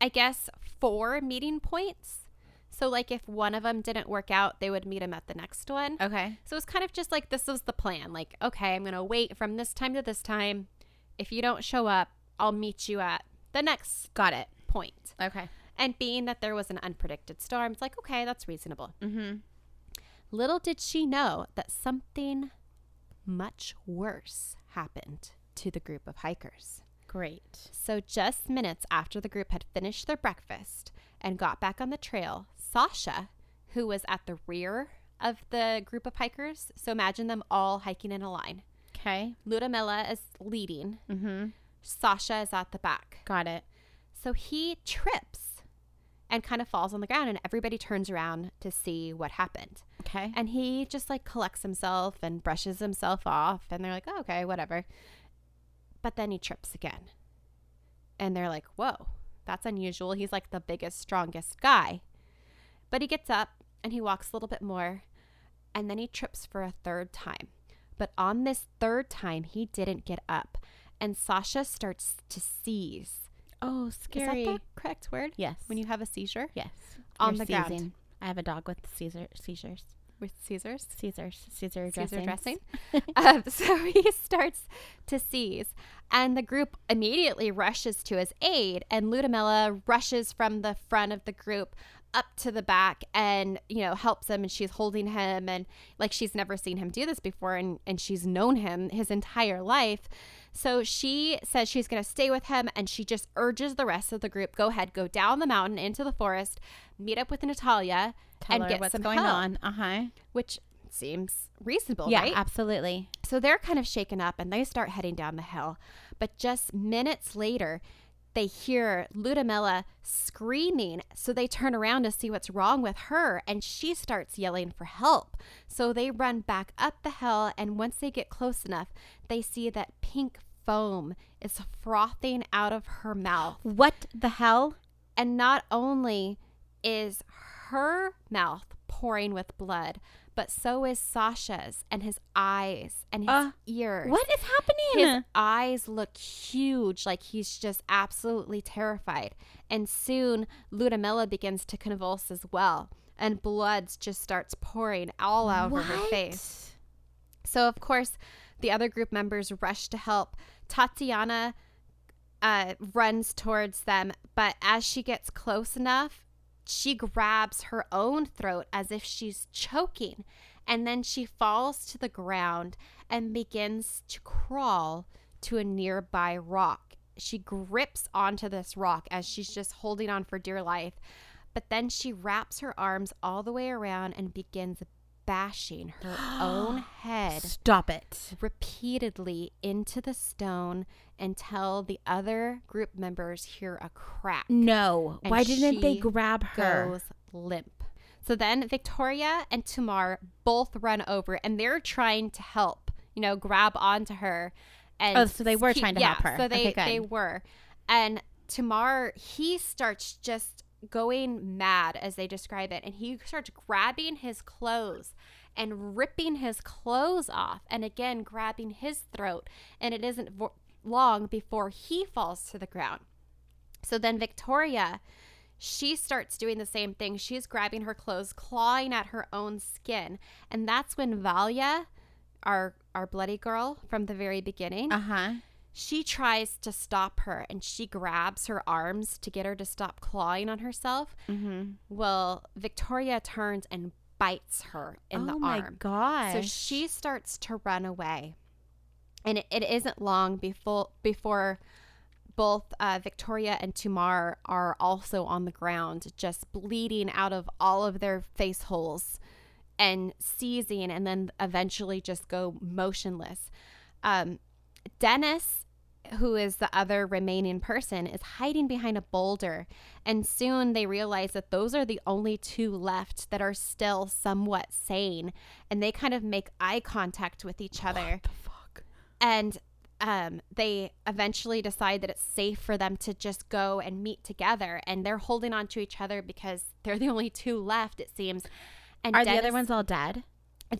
Speaker 3: I guess, four meeting points. So, like, if one of them didn't work out, they would meet him at the next one.
Speaker 2: Okay.
Speaker 3: So it's kind of just like this was the plan. Like, okay, I'm going to wait from this time to this time. If you don't show up, I'll meet you at the next
Speaker 2: Got it.
Speaker 3: point.
Speaker 2: Okay.
Speaker 3: And being that there was an unpredicted storm, it's like, okay, that's reasonable.
Speaker 2: Mhm.
Speaker 3: Little did she know that something much worse happened to the group of hikers.
Speaker 2: Great.
Speaker 3: So, just minutes after the group had finished their breakfast and got back on the trail, Sasha, who was at the rear of the group of hikers, so imagine them all hiking in a line.
Speaker 2: Okay.
Speaker 3: Ludmilla is leading,
Speaker 2: Mhm.
Speaker 3: Sasha is at the back.
Speaker 2: Got it.
Speaker 3: So he trips and kind of falls on the ground, and everybody turns around to see what happened.
Speaker 2: Okay.
Speaker 3: And he just like collects himself and brushes himself off. And they're like, oh, okay, whatever. But then he trips again. And they're like, whoa, that's unusual. He's like the biggest, strongest guy. But he gets up and he walks a little bit more. And then he trips for a third time. But on this third time, he didn't get up. And Sasha starts to seize.
Speaker 2: oh, scary.
Speaker 3: Is that the correct word?
Speaker 2: yes.
Speaker 3: When you have a seizure?
Speaker 2: yes.
Speaker 3: on
Speaker 2: You're
Speaker 3: the ground.
Speaker 2: I have a dog with Caesar seizures.
Speaker 3: With seizures?
Speaker 2: Caesars. Caesar dressing. (laughs)
Speaker 3: Caesar dressing. (laughs) um, so he starts to seize, and the group immediately rushes to his aid, and Ludmilla rushes from the front of the group up to the back and you know helps him and she's holding him and like she's never seen him do this before and and she's known him his entire life so she says she's going to stay with him and she just urges the rest of the group go ahead go down the mountain into the forest meet up with Natalia
Speaker 2: Tell
Speaker 3: and
Speaker 2: her
Speaker 3: get
Speaker 2: what's
Speaker 3: some
Speaker 2: going
Speaker 3: help
Speaker 2: on. Uh huh.
Speaker 3: which seems reasonable,
Speaker 2: Yeah,
Speaker 3: right?
Speaker 2: absolutely.
Speaker 3: So they're kind of shaken up and they start heading down the hill. But just minutes later, they hear Ludmilla screaming. So they turn around to see what's wrong with her, and she starts yelling for help. So they run back up the hill, and once they get close enough, they see that pink foam is frothing out of her mouth.
Speaker 2: What the hell?
Speaker 3: And not only is her mouth pouring with blood, but so is Sasha's and his eyes and his
Speaker 2: Uh,
Speaker 3: ears.
Speaker 2: What is happening?
Speaker 3: His eyes look huge, like he's just absolutely terrified. And soon, Ludmilla begins to convulse as well, and blood just starts pouring all over her face. So, of course, the other group members rush to help. Tatiana uh, runs towards them, but as she gets close enough, she grabs her own throat as if she's choking. And then she falls to the ground and begins to crawl to a nearby rock. She grips onto this rock as she's just holding on for dear life. But then she wraps her arms all the way around and begins bashing her own head
Speaker 2: Stop it.
Speaker 3: repeatedly into the stone until the other group members hear a crack.
Speaker 2: No.
Speaker 3: and
Speaker 2: Why didn't they
Speaker 3: she
Speaker 2: grab her?
Speaker 3: Goes limp. So then Victoria and Tamar both run over and they're trying to help, you know, grab onto her. And
Speaker 2: Oh, so they were trying to
Speaker 3: yeah,
Speaker 2: help her.
Speaker 3: So they,
Speaker 2: Okay, good.
Speaker 3: they were. And Tamar, he starts just going mad as they describe it. And he starts grabbing his clothes and ripping his clothes off and again grabbing his throat. And it isn't vo- long before he falls to the ground. So then Victoria, she starts doing the same thing. She's grabbing her clothes, clawing at her own skin. And that's when Valia, our our bloody girl from the very beginning,
Speaker 2: Uh huh.
Speaker 3: she tries to stop her and she grabs her arms to get her to stop clawing on herself.
Speaker 2: Mm-hmm.
Speaker 3: Well, Victoria turns and bites her in the
Speaker 2: oh
Speaker 3: arm.
Speaker 2: my gosh.
Speaker 3: So she starts to run away. And it, it isn't long before before both uh, Victoria and Tamar are also on the ground, just bleeding out of all of their face holes and seizing, and then eventually just go motionless. Um, Dennis, who is the other remaining person, is hiding behind a boulder. And soon they realize that those are the only two left that are still somewhat sane. And they kind of make eye contact with each other.
Speaker 2: Fuck.
Speaker 3: And um, they eventually decide that it's safe for them to just go and meet together. And they're holding on to each other because they're the only two left, it seems. And
Speaker 2: Are the
Speaker 3: Dennis-
Speaker 2: other ones all dead?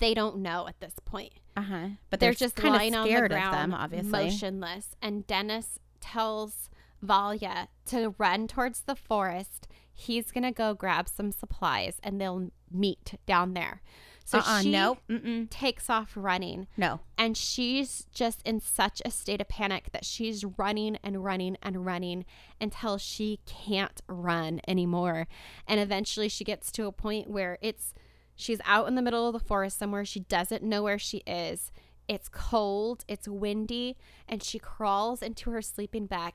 Speaker 3: They don't know at this point.
Speaker 2: Uh huh. But
Speaker 3: Uh-huh. they're,
Speaker 2: they're,
Speaker 3: just
Speaker 2: kind
Speaker 3: lying
Speaker 2: of scared
Speaker 3: on the
Speaker 2: of
Speaker 3: ground,
Speaker 2: them, obviously.
Speaker 3: motionless. And Dennis tells Valia to run towards the forest. He's gonna go grab some supplies, and they'll meet down there. So
Speaker 2: uh-uh,
Speaker 3: she
Speaker 2: no, mm-mm,
Speaker 3: takes off running,
Speaker 2: no.
Speaker 3: and she's just in such a state of panic that she's running and running and running until she can't run anymore. And eventually she gets to a point where it's she's out in the middle of the forest somewhere. She doesn't know where she is. It's cold, it's windy, and she crawls into her sleeping bag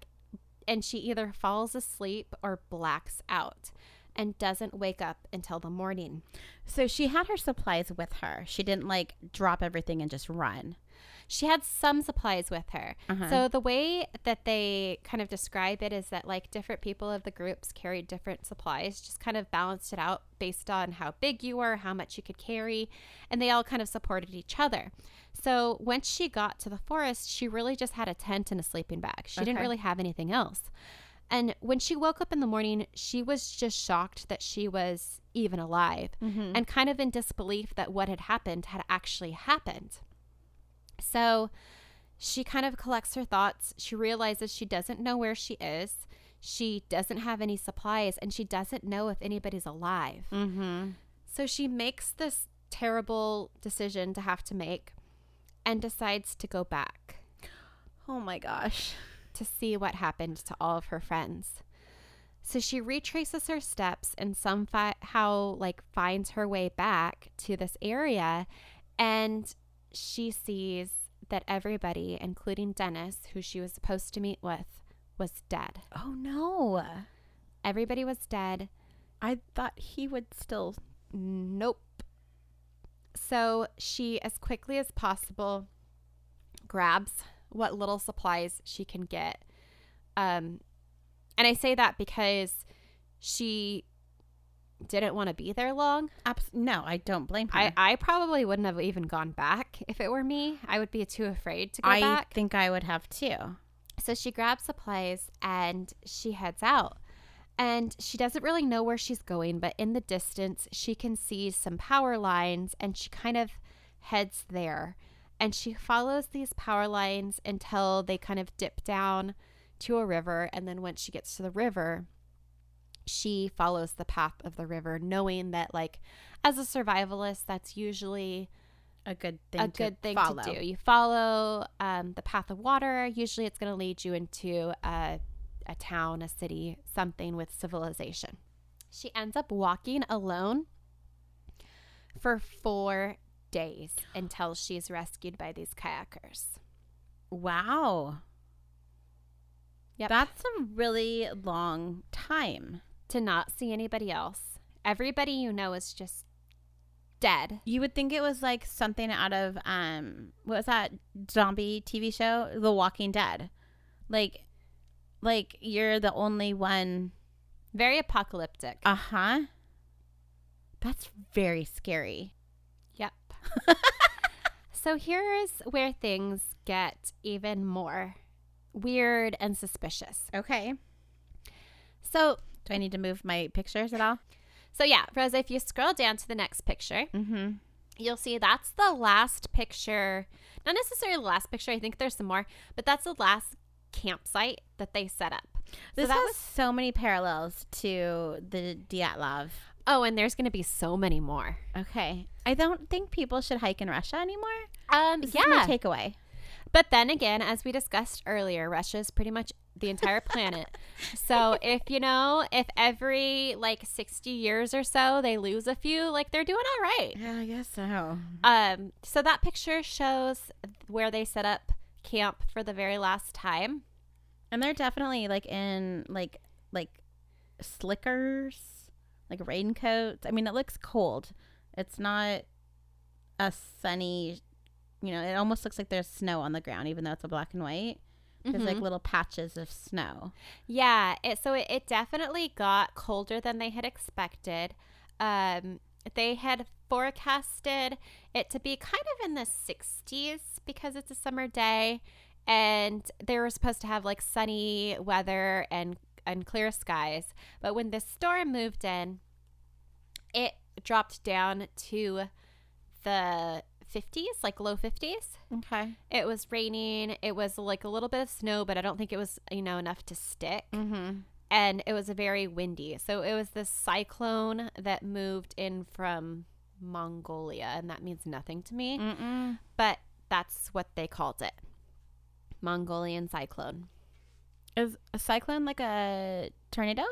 Speaker 3: and she either falls asleep or blacks out and doesn't wake up until the morning.
Speaker 2: So she had her supplies with her. She didn't like drop everything and just run.
Speaker 3: she had some supplies with her.
Speaker 2: Uh-huh.
Speaker 3: So the way that they kind of describe it is that like different people of the groups carried different supplies, just kind of balanced it out based on how big you were, how much you could carry, and they all kind of supported each other. So once she got to the forest, she really just had a tent and a sleeping bag. She didn't
Speaker 2: Okay.
Speaker 3: really have anything else. And when she woke up in the morning, she was just shocked that she was even alive
Speaker 2: Mm-hmm.
Speaker 3: and kind of in disbelief that what had happened had actually happened. So she kind of collects her thoughts. She realizes she doesn't know where she is. She doesn't have any supplies and she doesn't know if anybody's alive.
Speaker 2: Mm-hmm.
Speaker 3: So she makes this terrible decision to have to make and decides to go back
Speaker 2: Oh my gosh.
Speaker 3: to see what happened to all of her friends. So she retraces her steps and somehow like finds her way back to this area and she sees that everybody, including Dennis, who she was supposed to meet with, was dead.
Speaker 2: Oh no.
Speaker 3: Everybody was dead.
Speaker 2: I thought he would still.
Speaker 3: Nope. So she, as quickly as possible, grabs what little supplies she can get um, And I say that because she didn't want to be there long.
Speaker 2: Abs- no, I don't blame her.
Speaker 3: I, I probably wouldn't have even gone back if it were me. I would be too afraid to go
Speaker 2: I
Speaker 3: back.
Speaker 2: think I would have too.
Speaker 3: So she grabs supplies and she heads out. And she doesn't really know where she's going, but in the distance, she can see some power lines and she kind of heads there. And she follows these power lines until they kind of dip down to a river. And then once she gets to the river, she follows the path of the river, knowing that, like, as a survivalist, that's usually
Speaker 2: A good thing.
Speaker 3: a good thing to do. You follow um, the path of water. Usually, it's going to lead you into a, a town, a city, something with civilization. She ends up walking alone for four days until she's rescued by these kayakers.
Speaker 2: Wow.
Speaker 3: Yep.
Speaker 2: That's a really long time.
Speaker 3: to not see anybody else. Everybody you know is just dead.
Speaker 2: You would think it was like something out of um what was that zombie TV show? The Walking Dead. Like like you're the only one
Speaker 3: Very apocalyptic.
Speaker 2: uh-huh. That's very scary.
Speaker 3: Yep. (laughs) so here's where things get even more weird and suspicious.
Speaker 2: Okay.
Speaker 3: So,
Speaker 2: Do I need to move my pictures at all?
Speaker 3: so yeah, Rosa, if you scroll down to the next picture,
Speaker 2: Mm-hmm.
Speaker 3: you'll see that's the last picture. Not necessarily the last picture, I think there's some more, but that's the last campsite that they set up.
Speaker 2: This
Speaker 3: so that
Speaker 2: has
Speaker 3: was
Speaker 2: so many parallels to the Dyatlov.
Speaker 3: Oh, and there's going to be so many more.
Speaker 2: Okay. I don't think people should hike in Russia anymore.
Speaker 3: Um
Speaker 2: This is my
Speaker 3: yeah.
Speaker 2: takeaway.
Speaker 3: But then again, as we discussed earlier, Russia is pretty much the entire planet. so if you know, if every like 60 years or so they lose a few, like they're doing all right.
Speaker 2: Yeah, I guess so.
Speaker 3: Um, so that picture shows where they set up camp for the very last time.
Speaker 2: And they're definitely like in like like slickers, like raincoats. I mean, it looks cold. It's not a sunny, you know, it almost looks like there's snow on the ground even though it's a black and white. There's like
Speaker 3: Mhm.
Speaker 2: little patches of snow.
Speaker 3: Yeah, it, so it, it definitely got colder than they had expected. Um, they had forecasted it to be kind of in the 60s because it's a summer day, and they were supposed to have like sunny weather and and clear skies. But when this storm moved in, it dropped down to the 50s, like low 50s.
Speaker 2: Okay.
Speaker 3: It was raining. It was like a little bit of snow, but I don't think it was, you know, enough to stick
Speaker 2: Mm-hmm.
Speaker 3: and it was a very windy. So it was this cyclone that moved in from Mongolia, and that means nothing to
Speaker 2: Mm.
Speaker 3: me,
Speaker 2: Mm-mm.
Speaker 3: but that's what they called it. Mongolian cyclone.
Speaker 2: Is a cyclone like a tornado?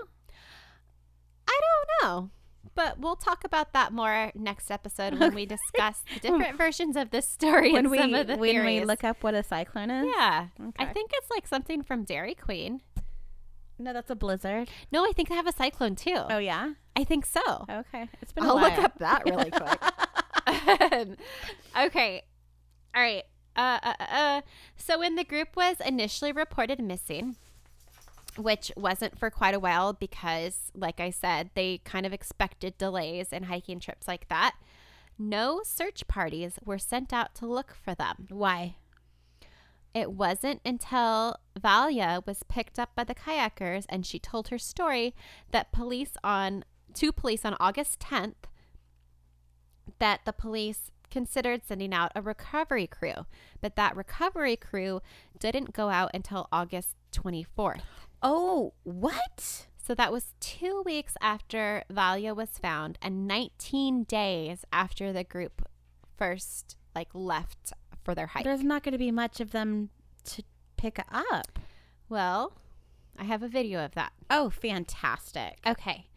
Speaker 3: I don't know. But we'll talk about that more next episode when we discuss the
Speaker 2: (laughs)
Speaker 3: different versions of this story
Speaker 2: When
Speaker 3: and
Speaker 2: we
Speaker 3: some of the
Speaker 2: when we
Speaker 3: theories.
Speaker 2: look up what a cyclone is?
Speaker 3: yeah, I
Speaker 2: Okay.
Speaker 3: think it's like something from Dairy Queen.
Speaker 2: No, that's a blizzard.
Speaker 3: No, I think they have a cyclone too.
Speaker 2: Oh yeah.
Speaker 3: I think so.
Speaker 2: Okay. It's been.
Speaker 3: I'll
Speaker 2: a
Speaker 3: look
Speaker 2: while.
Speaker 3: up that really quick. Um, (laughs) okay. All right. Uh, uh, uh, uh. So, when the group was initially reported missing, which wasn't for quite a while because, like I said, they kind of expected delays in hiking trips like that, no search parties were sent out to look for them.
Speaker 2: Why?
Speaker 3: It wasn't until Valia was picked up by the kayakers and she told her story that police on to police on August 10th that the police considered sending out a recovery crew, but that recovery crew didn't go out until August 24th.
Speaker 2: Oh, what?
Speaker 3: So that was 2 weeks after Valia was found and 19 days after the group first like left for their hike.
Speaker 2: There's not going to be much of them to pick up.
Speaker 3: Well, I have a video of that.
Speaker 2: Oh, fantastic.
Speaker 3: Okay.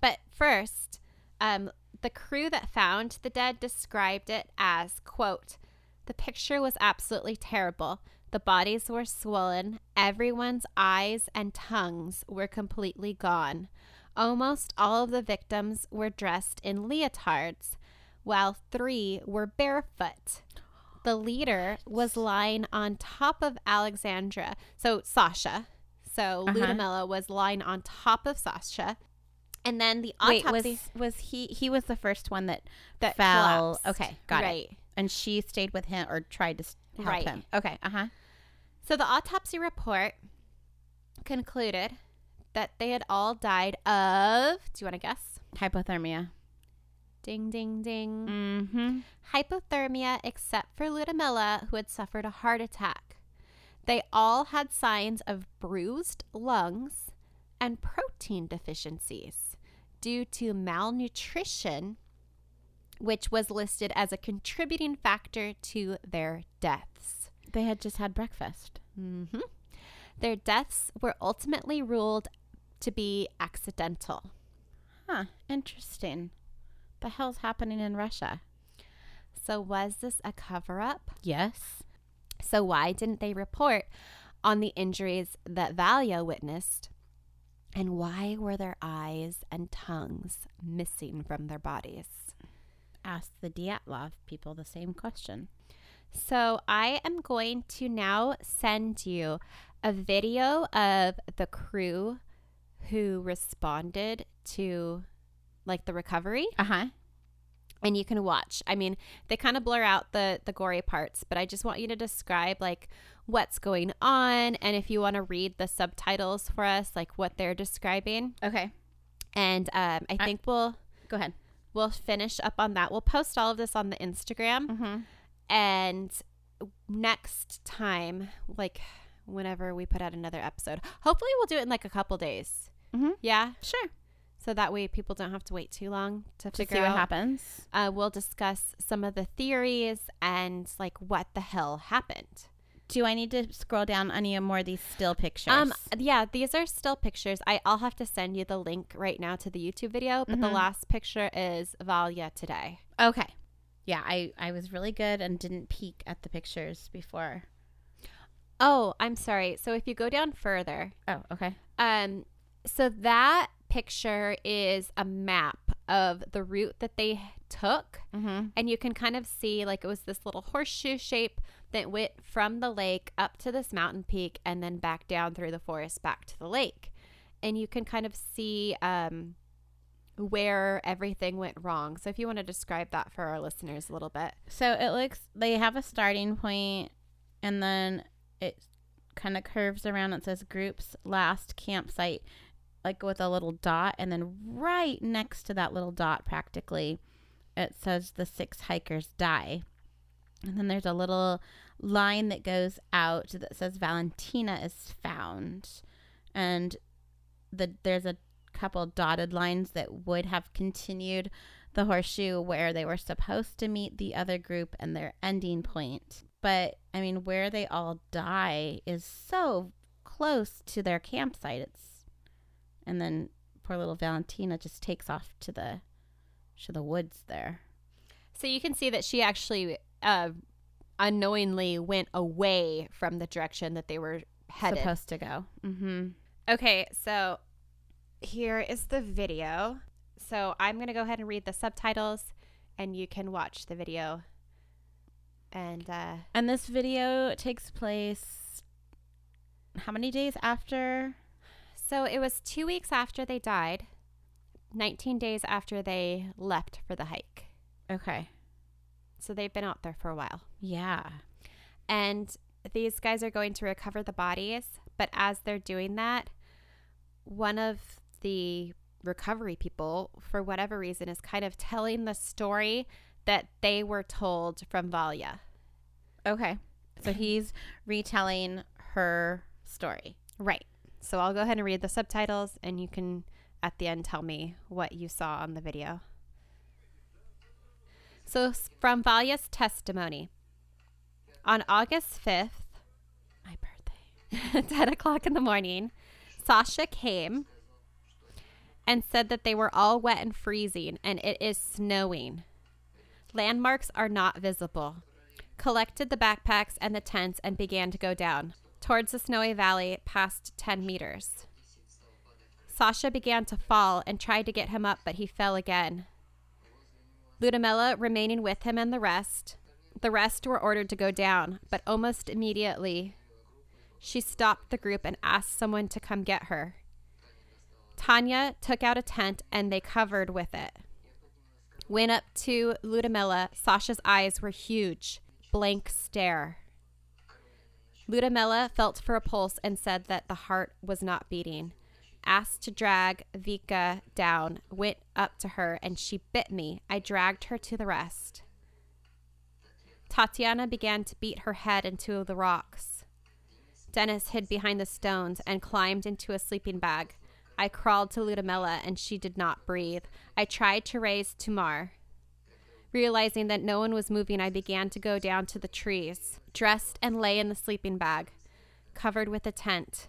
Speaker 3: But first, um, the crew that found the dead described it as, quote, the picture was absolutely terrible. The bodies were swollen. Everyone's eyes and tongues were completely gone. Almost all of the victims were dressed in leotards, while three were barefoot. The leader was lying on top of Alexandra. So, Sasha. So
Speaker 2: Uh-huh.
Speaker 3: Ludmilla was lying on top of Sasha, and then the
Speaker 2: Wait,
Speaker 3: autopsy
Speaker 2: was was he? He was the first one that
Speaker 3: that
Speaker 2: fell.
Speaker 3: collapsed.
Speaker 2: Okay, got it.
Speaker 3: right.
Speaker 2: And she stayed with him or tried to s- help
Speaker 3: Right.
Speaker 2: him. Okay, uh huh.
Speaker 3: So the autopsy report concluded that they had all died of. Do you want to guess?
Speaker 2: Hypothermia.
Speaker 3: Ding, ding, ding.
Speaker 2: Mm-hmm.
Speaker 3: hypothermia except for Ludmilla, who had suffered a heart attack. They all had signs of bruised lungs and protein deficiencies due to malnutrition, which was listed as a contributing factor to their deaths.
Speaker 2: They had just had breakfast.
Speaker 3: Mhm. Their deaths were ultimately ruled to be accidental.
Speaker 2: Huh. Interesting. The hell's happening in Russia?
Speaker 3: So, was this a cover up?
Speaker 2: Yes.
Speaker 3: So, why didn't they report on the injuries that Valia witnessed? And why were their eyes and tongues missing from their bodies?
Speaker 2: Asked the Dyatlov people the same question.
Speaker 3: So, I am going to now send you a video of the crew who responded to like the recovery
Speaker 2: Uh huh.
Speaker 3: and you can watch. I mean, they kind of blur out the the gory parts, but I just want you to describe like what's going on and if you want to read the subtitles for us, like what they're describing.
Speaker 2: Okay.
Speaker 3: And um, I
Speaker 2: I-
Speaker 3: think we'll
Speaker 2: Go ahead.
Speaker 3: we'll finish up on that. We'll post all of this on the Instagram
Speaker 2: Mm-hmm.
Speaker 3: and next time like whenever we put out another episode. Hopefully we'll do it in like a couple days.
Speaker 2: Mm-hmm.
Speaker 3: Yeah.
Speaker 2: Sure.
Speaker 3: So that way people don't have to wait too long to,
Speaker 2: To
Speaker 3: figure
Speaker 2: see what
Speaker 3: out
Speaker 2: happens.
Speaker 3: uh, we'll discuss some of the theories and like what the hell happened.
Speaker 2: Do I need to scroll down any more of these still pictures?
Speaker 3: Um, yeah, these are still pictures. I, I'll have to send you the link right now to the YouTube video, but the
Speaker 2: Mhm.
Speaker 3: last picture is Valia today.
Speaker 2: Okay. Yeah, I, I was really good and didn't peek at the pictures before.
Speaker 3: Oh, I'm sorry. So if you go down further,
Speaker 2: Oh, okay.
Speaker 3: um, so that picture is a map of the route that they took.
Speaker 2: Mm-hmm.
Speaker 3: And you can kind of see like it was this little horseshoe shape that went from the lake up to this mountain peak and then back down through the forest back to the lake. And you can kind of see um, where everything went wrong. So if you want to describe that for our listeners a little bit.
Speaker 2: So it looks they have a starting point and then it kind of curves around. It says groups last campsite, like with a little dot. And then right next to that little dot, practically, it says the six hikers die. And then there's a little line that goes out that says Valentina is found. And the, there's a couple dotted lines that would have continued the horseshoe where they were supposed to meet the other group and their ending point. But I mean, where they all die is so close to their campsite. It's and then poor little Valentina just takes off to the to the woods there.
Speaker 3: So you can see that she actually uh, unknowingly went away from the direction that they were headed.
Speaker 2: Supposed to go. Mm-hmm.
Speaker 3: Okay, so here is the video. So I'm going to go ahead and read the subtitles and you can watch the video. And uh,
Speaker 2: And this video takes place how many days after?
Speaker 3: so it was two weeks after they died, 19 days after they left for the hike.
Speaker 2: Okay.
Speaker 3: So they've been out there for a while.
Speaker 2: Yeah.
Speaker 3: And these guys are going to recover the bodies. But as they're doing that, one of the recovery people, for whatever reason, is kind of telling the story that they were told from Valia.
Speaker 2: Okay. So he's retelling her story.
Speaker 3: Right. So I'll go ahead and read the subtitles, and you can at the end tell me what you saw on the video. So, s- from Valia's testimony on August 5th,
Speaker 2: My birthday.
Speaker 3: (laughs) at 10 o'clock in the morning, Sasha came and said that they were all wet and freezing, and it is snowing. Landmarks are not visible. Collected the backpacks and the tents and began to go down towards the snowy valley past 10 meters. Sasha began to fall and tried to get him up, but he fell again. Ludmilla remaining with him and the rest. The rest were ordered to go down, but almost immediately she stopped the group and asked someone to come get her. Tanya took out a tent and they covered with it. When up to Ludmilla, Sasha's eyes were huge, blank stare. Ludmilla felt for a pulse and said that the heart was not beating. Asked to drag Vika down, went up to her, and she bit me. I dragged her to the rest. Tatiana began to beat her head into the rocks. Dennis hid behind the stones and climbed into a sleeping bag. I crawled to Ludmilla and she did not breathe. I tried to raise Tamar. Realizing that no one was moving, I began to go down to the trees, dressed and lay in the sleeping bag, covered with a tent.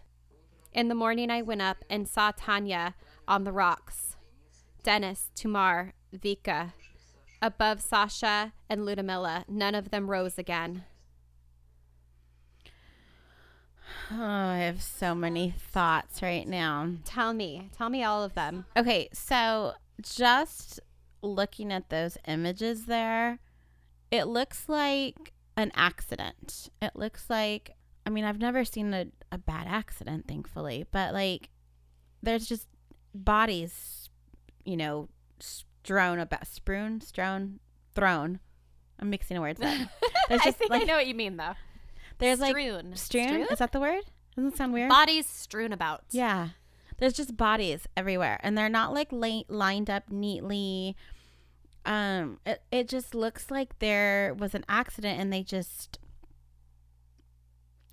Speaker 3: In the morning, I went up and saw Tanya on the rocks. Dennis, Tamar, Vika. Above Sasha and Ludmilla, none of them rose again.
Speaker 2: Oh, I have so many thoughts right now.
Speaker 3: Tell me, tell me all of them.
Speaker 2: Okay, so just looking at those images there, it looks like an accident. It looks like, I mean, I've never seen a, a bad accident, thankfully, but like there's just bodies, you know, strewn about, strewn, strewn, thrown. I'm mixing words
Speaker 3: (laughs)
Speaker 2: up. There's
Speaker 3: I
Speaker 2: just,
Speaker 3: think I
Speaker 2: like-
Speaker 3: know what you mean, though.
Speaker 2: There's like
Speaker 3: strewn.
Speaker 2: strewn. Is that the word? Doesn't that sound weird?
Speaker 3: Bodies strewn about.
Speaker 2: Yeah. There's just bodies everywhere and they're not like la- lined up neatly. Um it, it just looks like there was an accident and they just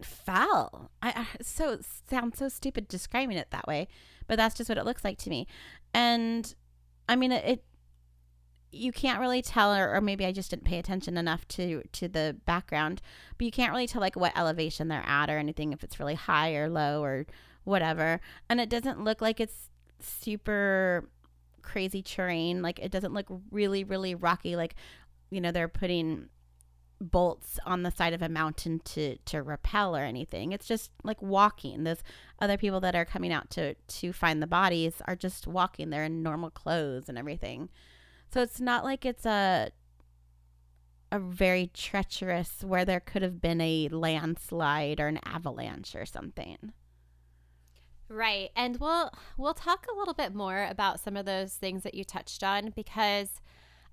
Speaker 2: fell. I, I it's so it sounds so stupid describing it that way, but that's just what it looks like to me. And I mean it, it you can't really tell or, or maybe I just didn't pay attention enough to to the background, but you can't really tell like what elevation they're at or anything if it's really high or low or whatever. And it doesn't look like it's super crazy terrain. Like it doesn't look really, really rocky. Like, you know, they're putting bolts on the side of a mountain to to rappel or anything. It's just like walking. Those other people that are coming out to to find the bodies are just walking. They're in normal clothes and everything. So it's not like it's a a very treacherous where there could have been a landslide or an avalanche or something.
Speaker 3: Right. And we'll we'll talk a little bit more about some of those things that you touched on because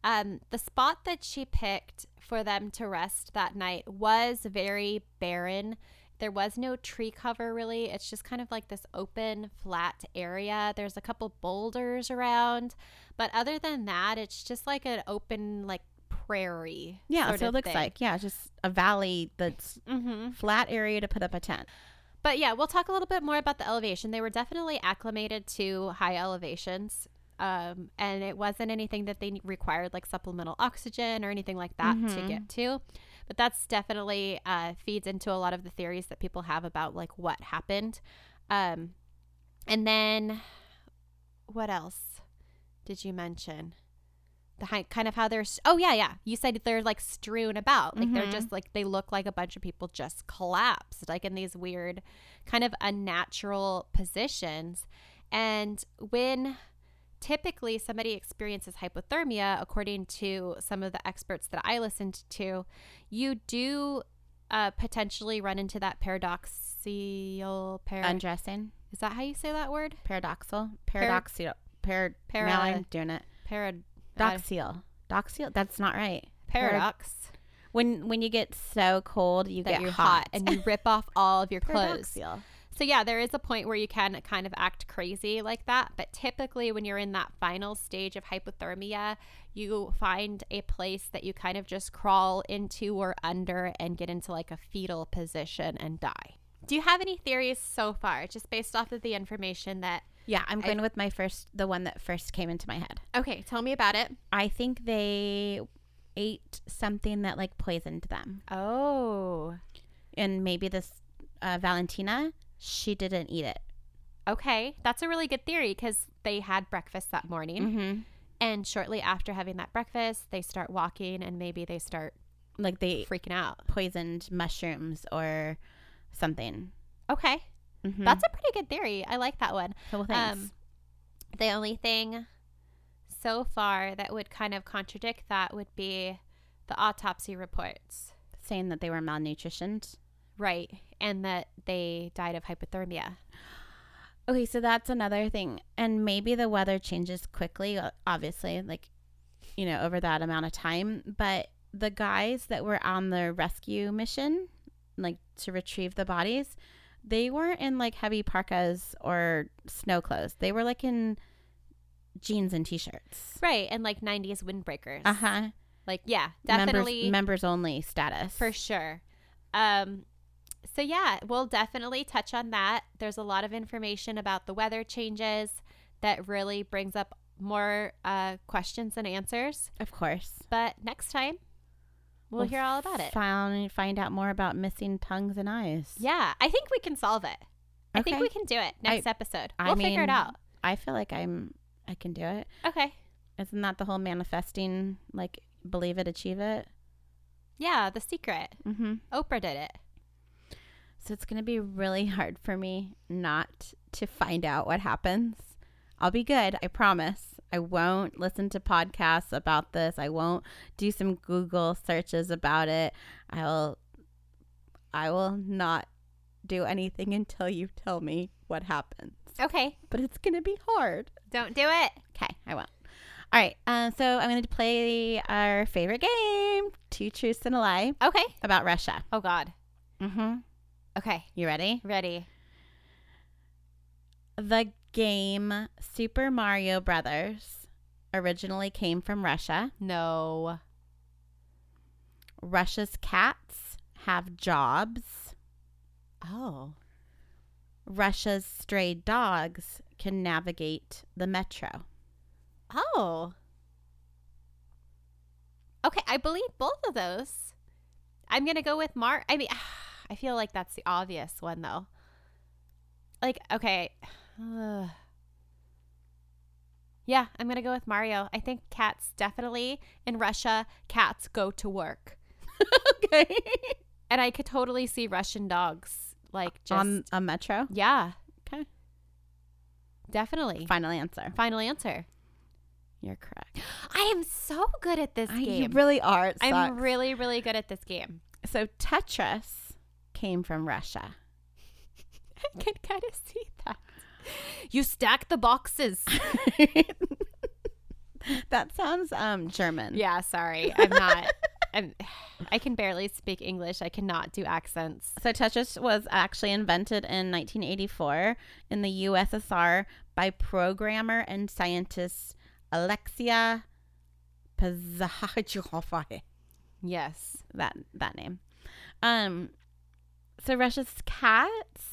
Speaker 3: um, the spot that she picked for them to rest that night was very barren. There was no tree cover really. It's just kind of like this open, flat area. There's a couple boulders around, but other than that, it's just like an open like prairie.
Speaker 2: Yeah,
Speaker 3: sort
Speaker 2: so it
Speaker 3: of
Speaker 2: looks
Speaker 3: thing.
Speaker 2: like yeah, just a valley (laughs) that's
Speaker 3: Mhm.
Speaker 2: flat area to put up a tent.
Speaker 3: But yeah, we'll talk a little bit more about the elevation. They were definitely acclimated to high elevations. Um, and it wasn't anything that they required like supplemental oxygen or anything like that to
Speaker 2: Mhm.
Speaker 3: get to. But that's definitely uh, feeds into a lot of the theories that people have about like what happened. Um, and then what else did you mention? The hi- kind of how they're s- oh yeah yeah you said they're like strewn about like they're
Speaker 2: Mhm.
Speaker 3: just like they look like a bunch of people just collapsed like in these weird kind of unnatural positions and when typically somebody experiences hypothermia according to some of the experts that I listened to you do uh, potentially run into that paradoxical par-
Speaker 2: Undressing,
Speaker 3: is that how you say that word
Speaker 2: paradoxal, paradoxial, par.
Speaker 3: Para-
Speaker 2: now I'm doing it.
Speaker 3: Parad- uh,
Speaker 2: Doxial, doxial. That's not right.
Speaker 3: paradox
Speaker 2: When when you get so cold, you
Speaker 3: that
Speaker 2: get
Speaker 3: you're
Speaker 2: hot,
Speaker 3: hot. and
Speaker 2: (laughs)
Speaker 3: you rip (laughs) off all of your clothes.
Speaker 2: paradoxial.
Speaker 3: So yeah, there is a point where you can kind of act crazy like that, but typically when you're in that final stage of hypothermia, you find a place that you kind of just crawl into or under and get into like a fetal position and die. Do you have any theories so far just based off of the information that
Speaker 2: Yeah, I'm
Speaker 3: I-
Speaker 2: going with my first, the one that first came into my head.
Speaker 3: Okay, tell me about it.
Speaker 2: I think they ate something that like poisoned them,
Speaker 3: Oh.
Speaker 2: and maybe this uh, Valentina, she didn't eat it.
Speaker 3: Okay, that's a really good theory cuz they had breakfast that morning.
Speaker 2: Mm-hmm.
Speaker 3: And shortly after having that breakfast, they start walking and maybe they start
Speaker 2: Like they
Speaker 3: freaking out.
Speaker 2: poisoned mushrooms or something.
Speaker 3: Okay.
Speaker 2: Mhm.
Speaker 3: That's a pretty good theory. I like that one. Um,
Speaker 2: So, well, thanks.
Speaker 3: the only thing so far that would kind of contradict that would be the autopsy reports.
Speaker 2: Saying that they were malnutritioned.
Speaker 3: Right. and that they died of hypothermia.
Speaker 2: Okay, so that's another thing. And maybe the weather changes quickly, o- obviously, like, you know, over that amount of time. But the guys that were on the rescue mission, like to retrieve the bodies, they weren't in like heavy parkas or snow clothes. They were like in jeans and t shirts.
Speaker 3: Right. And like 90s windbreakers.
Speaker 2: Uh huh.
Speaker 3: Like, yeah, definitely.
Speaker 2: Members, members only status.
Speaker 3: For sure. Um, so, yeah, we'll definitely touch on that. There's a lot of information about the weather changes that really brings up more uh, questions and answers.
Speaker 2: Of course.
Speaker 3: But next time, we'll, hear all about it.
Speaker 2: Find, find out more about missing tongues and eyes.
Speaker 3: Yeah, I think we can solve it. I think
Speaker 2: Okay.
Speaker 3: we can do it next episode.
Speaker 2: I
Speaker 3: We'll
Speaker 2: mean-
Speaker 3: figure it out.
Speaker 2: I feel like I'm, I can do it.
Speaker 3: Okay.
Speaker 2: Isn't that the whole manifesting, like believe it, achieve it?
Speaker 3: Yeah, the secret.
Speaker 2: Mm-hmm.
Speaker 3: Oprah did it.
Speaker 2: So it's going to be really (laughs) hard for me not to find out what happens. I'll be good. I promise. I won't listen to podcasts about this. I won't do some Google searches about it. I will, I will not do anything (laughs) until you tell me what happens.
Speaker 3: Okay.
Speaker 2: But it's going to be hard.
Speaker 3: Don't do it.
Speaker 2: Okay, I won't. All right. Uh, so I'm going to play our favorite game, Two Truths and a Lie,
Speaker 3: Okay.
Speaker 2: about Russia.
Speaker 3: Oh, God.
Speaker 2: Mm-hmm.
Speaker 3: Okay.
Speaker 2: You ready?
Speaker 3: Ready.
Speaker 2: The game Super Mario Brothers originally came from Russia.
Speaker 3: No.
Speaker 2: Russia's cats have jobs.
Speaker 3: Oh.
Speaker 2: Russia's stray dogs can navigate the metro.
Speaker 3: Oh. Okay, I believe both of those. I'm going to go with Mar. I mean, (sighs) I feel like that's the obvious one, though. Like, okay. Ugh. Yeah, I'm going to go with Mario. I think cats definitely, in Russia, cats go to work. (laughs)
Speaker 2: okay.
Speaker 3: And I could totally see Russian dogs, like, just.
Speaker 2: On a metro.
Speaker 3: yeah,
Speaker 2: Okay.
Speaker 3: definitely.
Speaker 2: Final answer.
Speaker 3: Final answer.
Speaker 2: You're correct.
Speaker 3: I am so good at this
Speaker 2: I- you
Speaker 3: game.
Speaker 2: really are. It
Speaker 3: I'm
Speaker 2: sucks.
Speaker 3: really, really good at this game.
Speaker 2: So Tetris came from Russia. (laughs)
Speaker 3: I (laughs) can kind of see that. You stack the boxes.
Speaker 2: that sounds um German.
Speaker 3: yeah, sorry. I'm not. I'm, (sighs) I can barely speak English. I cannot do accents.
Speaker 2: So Tetris was actually invented in 1984 in the USSR by programmer and scientist Alexia Pazhachova.
Speaker 3: Yes.
Speaker 2: That that name. Um so Russia's cats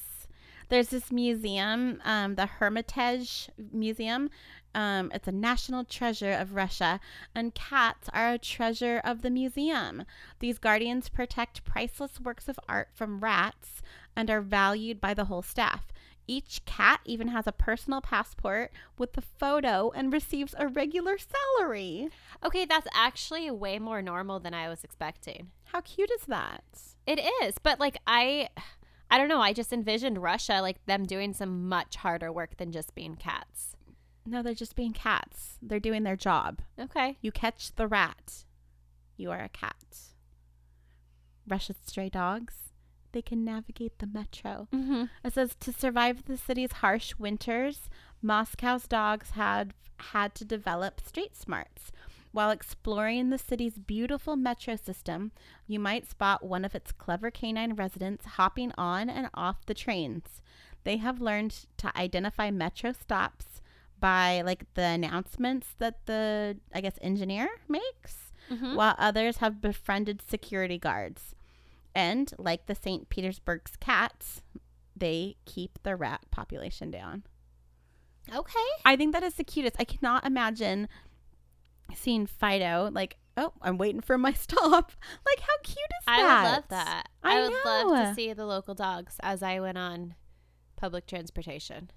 Speaker 2: there's this museum, um, the Hermitage Museum. Um, it's a national treasure of Russia, and cats are a treasure of the museum. These guardians protect priceless works of art from rats and are valued by the whole staff. Each cat even has a personal passport with the photo and receives a regular salary.
Speaker 3: Okay, that's actually way more normal than I was expecting.
Speaker 2: How cute is that?
Speaker 3: It is, but like I, (sighs) I don't know. I just envisioned Russia like them doing some much harder work than just being cats.
Speaker 2: No, they're just being cats. They're doing their job.
Speaker 3: Okay.
Speaker 2: You catch the rat, you are a cat. Russia's stray dogs, they can navigate the metro.
Speaker 3: Mm-hmm.
Speaker 2: It says to survive the city's harsh winters, Moscow's dogs had had to develop street smarts. While exploring the city's beautiful metro system, you might spot one of its clever canine residents hopping on and off the trains. They have learned to identify metro stops by like the announcements that the I guess engineer makes,
Speaker 3: Mhm.
Speaker 2: while others have befriended security guards. And like the St. Petersburg's cats, they keep the rat population down.
Speaker 3: Okay.
Speaker 2: I think that is the cutest. I cannot imagine seeing Fido like, oh, I'm waiting for my (laughs) stop. Like, how cute is
Speaker 3: I
Speaker 2: that?
Speaker 3: would love that.
Speaker 2: I
Speaker 3: I, would love
Speaker 2: know.
Speaker 3: to see the local dogs as I went on public transportation.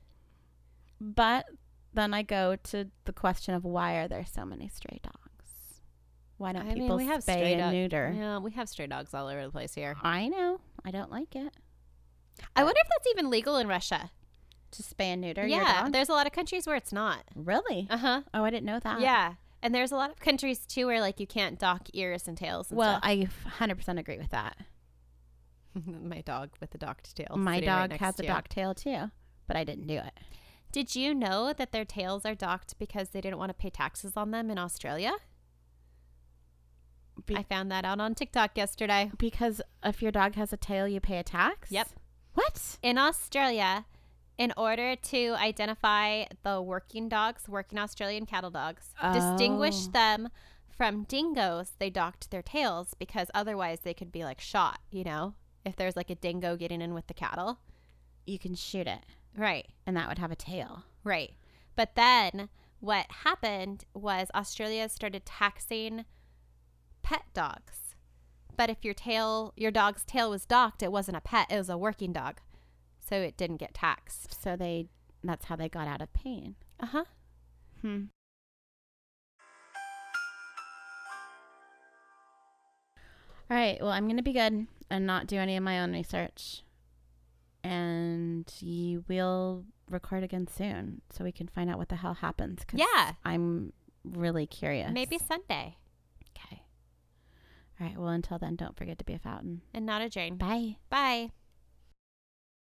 Speaker 2: But then I go to the question of why are there so many stray dogs? Why don't
Speaker 3: I mean,
Speaker 2: people
Speaker 3: we have stray
Speaker 2: spay and
Speaker 3: dog-
Speaker 2: neuter?
Speaker 3: Yeah, we have stray dogs all over the place here.
Speaker 2: I know. I don't like it.
Speaker 3: I wonder if that's even legal in Russia.
Speaker 2: To spay and neuter your
Speaker 3: yeah,
Speaker 2: dog?
Speaker 3: there's a lot of countries where it's not.
Speaker 2: Really?
Speaker 3: Uh huh.
Speaker 2: Oh, I didn't know that.
Speaker 3: yeah, and there's a lot of countries too where like you can't dock ears and tails. And
Speaker 2: Well,
Speaker 3: stuff.
Speaker 2: I 100% agree with that.
Speaker 3: (laughs) My dog with the docked tail.
Speaker 2: My
Speaker 3: sitting right
Speaker 2: dog
Speaker 3: next
Speaker 2: has
Speaker 3: to
Speaker 2: a
Speaker 3: you.
Speaker 2: dock tail too, but I didn't do it.
Speaker 3: Did you know that their tails are docked because they didn't want to pay taxes on them in Australia?
Speaker 2: Be-
Speaker 3: I found that out on TikTok yesterday.
Speaker 2: Because if your dog has a tail, you pay a tax?
Speaker 3: Yep.
Speaker 2: What?
Speaker 3: In Australia, in order to identify the working dogs, working Australian cattle dogs, distinguish
Speaker 2: Oh.
Speaker 3: them from dingoes, they docked their tails because otherwise they could be like shot, you know, if there's like a dingo getting in with the cattle.
Speaker 2: You can shoot it,
Speaker 3: Right.
Speaker 2: and that would have a tail.
Speaker 3: Right. But then what happened was Australia started taxing pet dogs. But if your tail, your dog's tail was docked, it wasn't a pet, it was a working dog. So it didn't get taxed.
Speaker 2: So they, that's how they got out of pain.
Speaker 3: Uh-huh.
Speaker 2: Hmm. All right. Well, I'm going to be good and not do any of my own research. And you will record again soon so we can find out what the hell happens.
Speaker 3: Yeah.
Speaker 2: I'm really curious.
Speaker 3: Maybe Sunday
Speaker 2: Okay. All right. Well, until then, don't forget to be a fountain.
Speaker 3: and not a drain.
Speaker 2: Bye.
Speaker 3: Bye.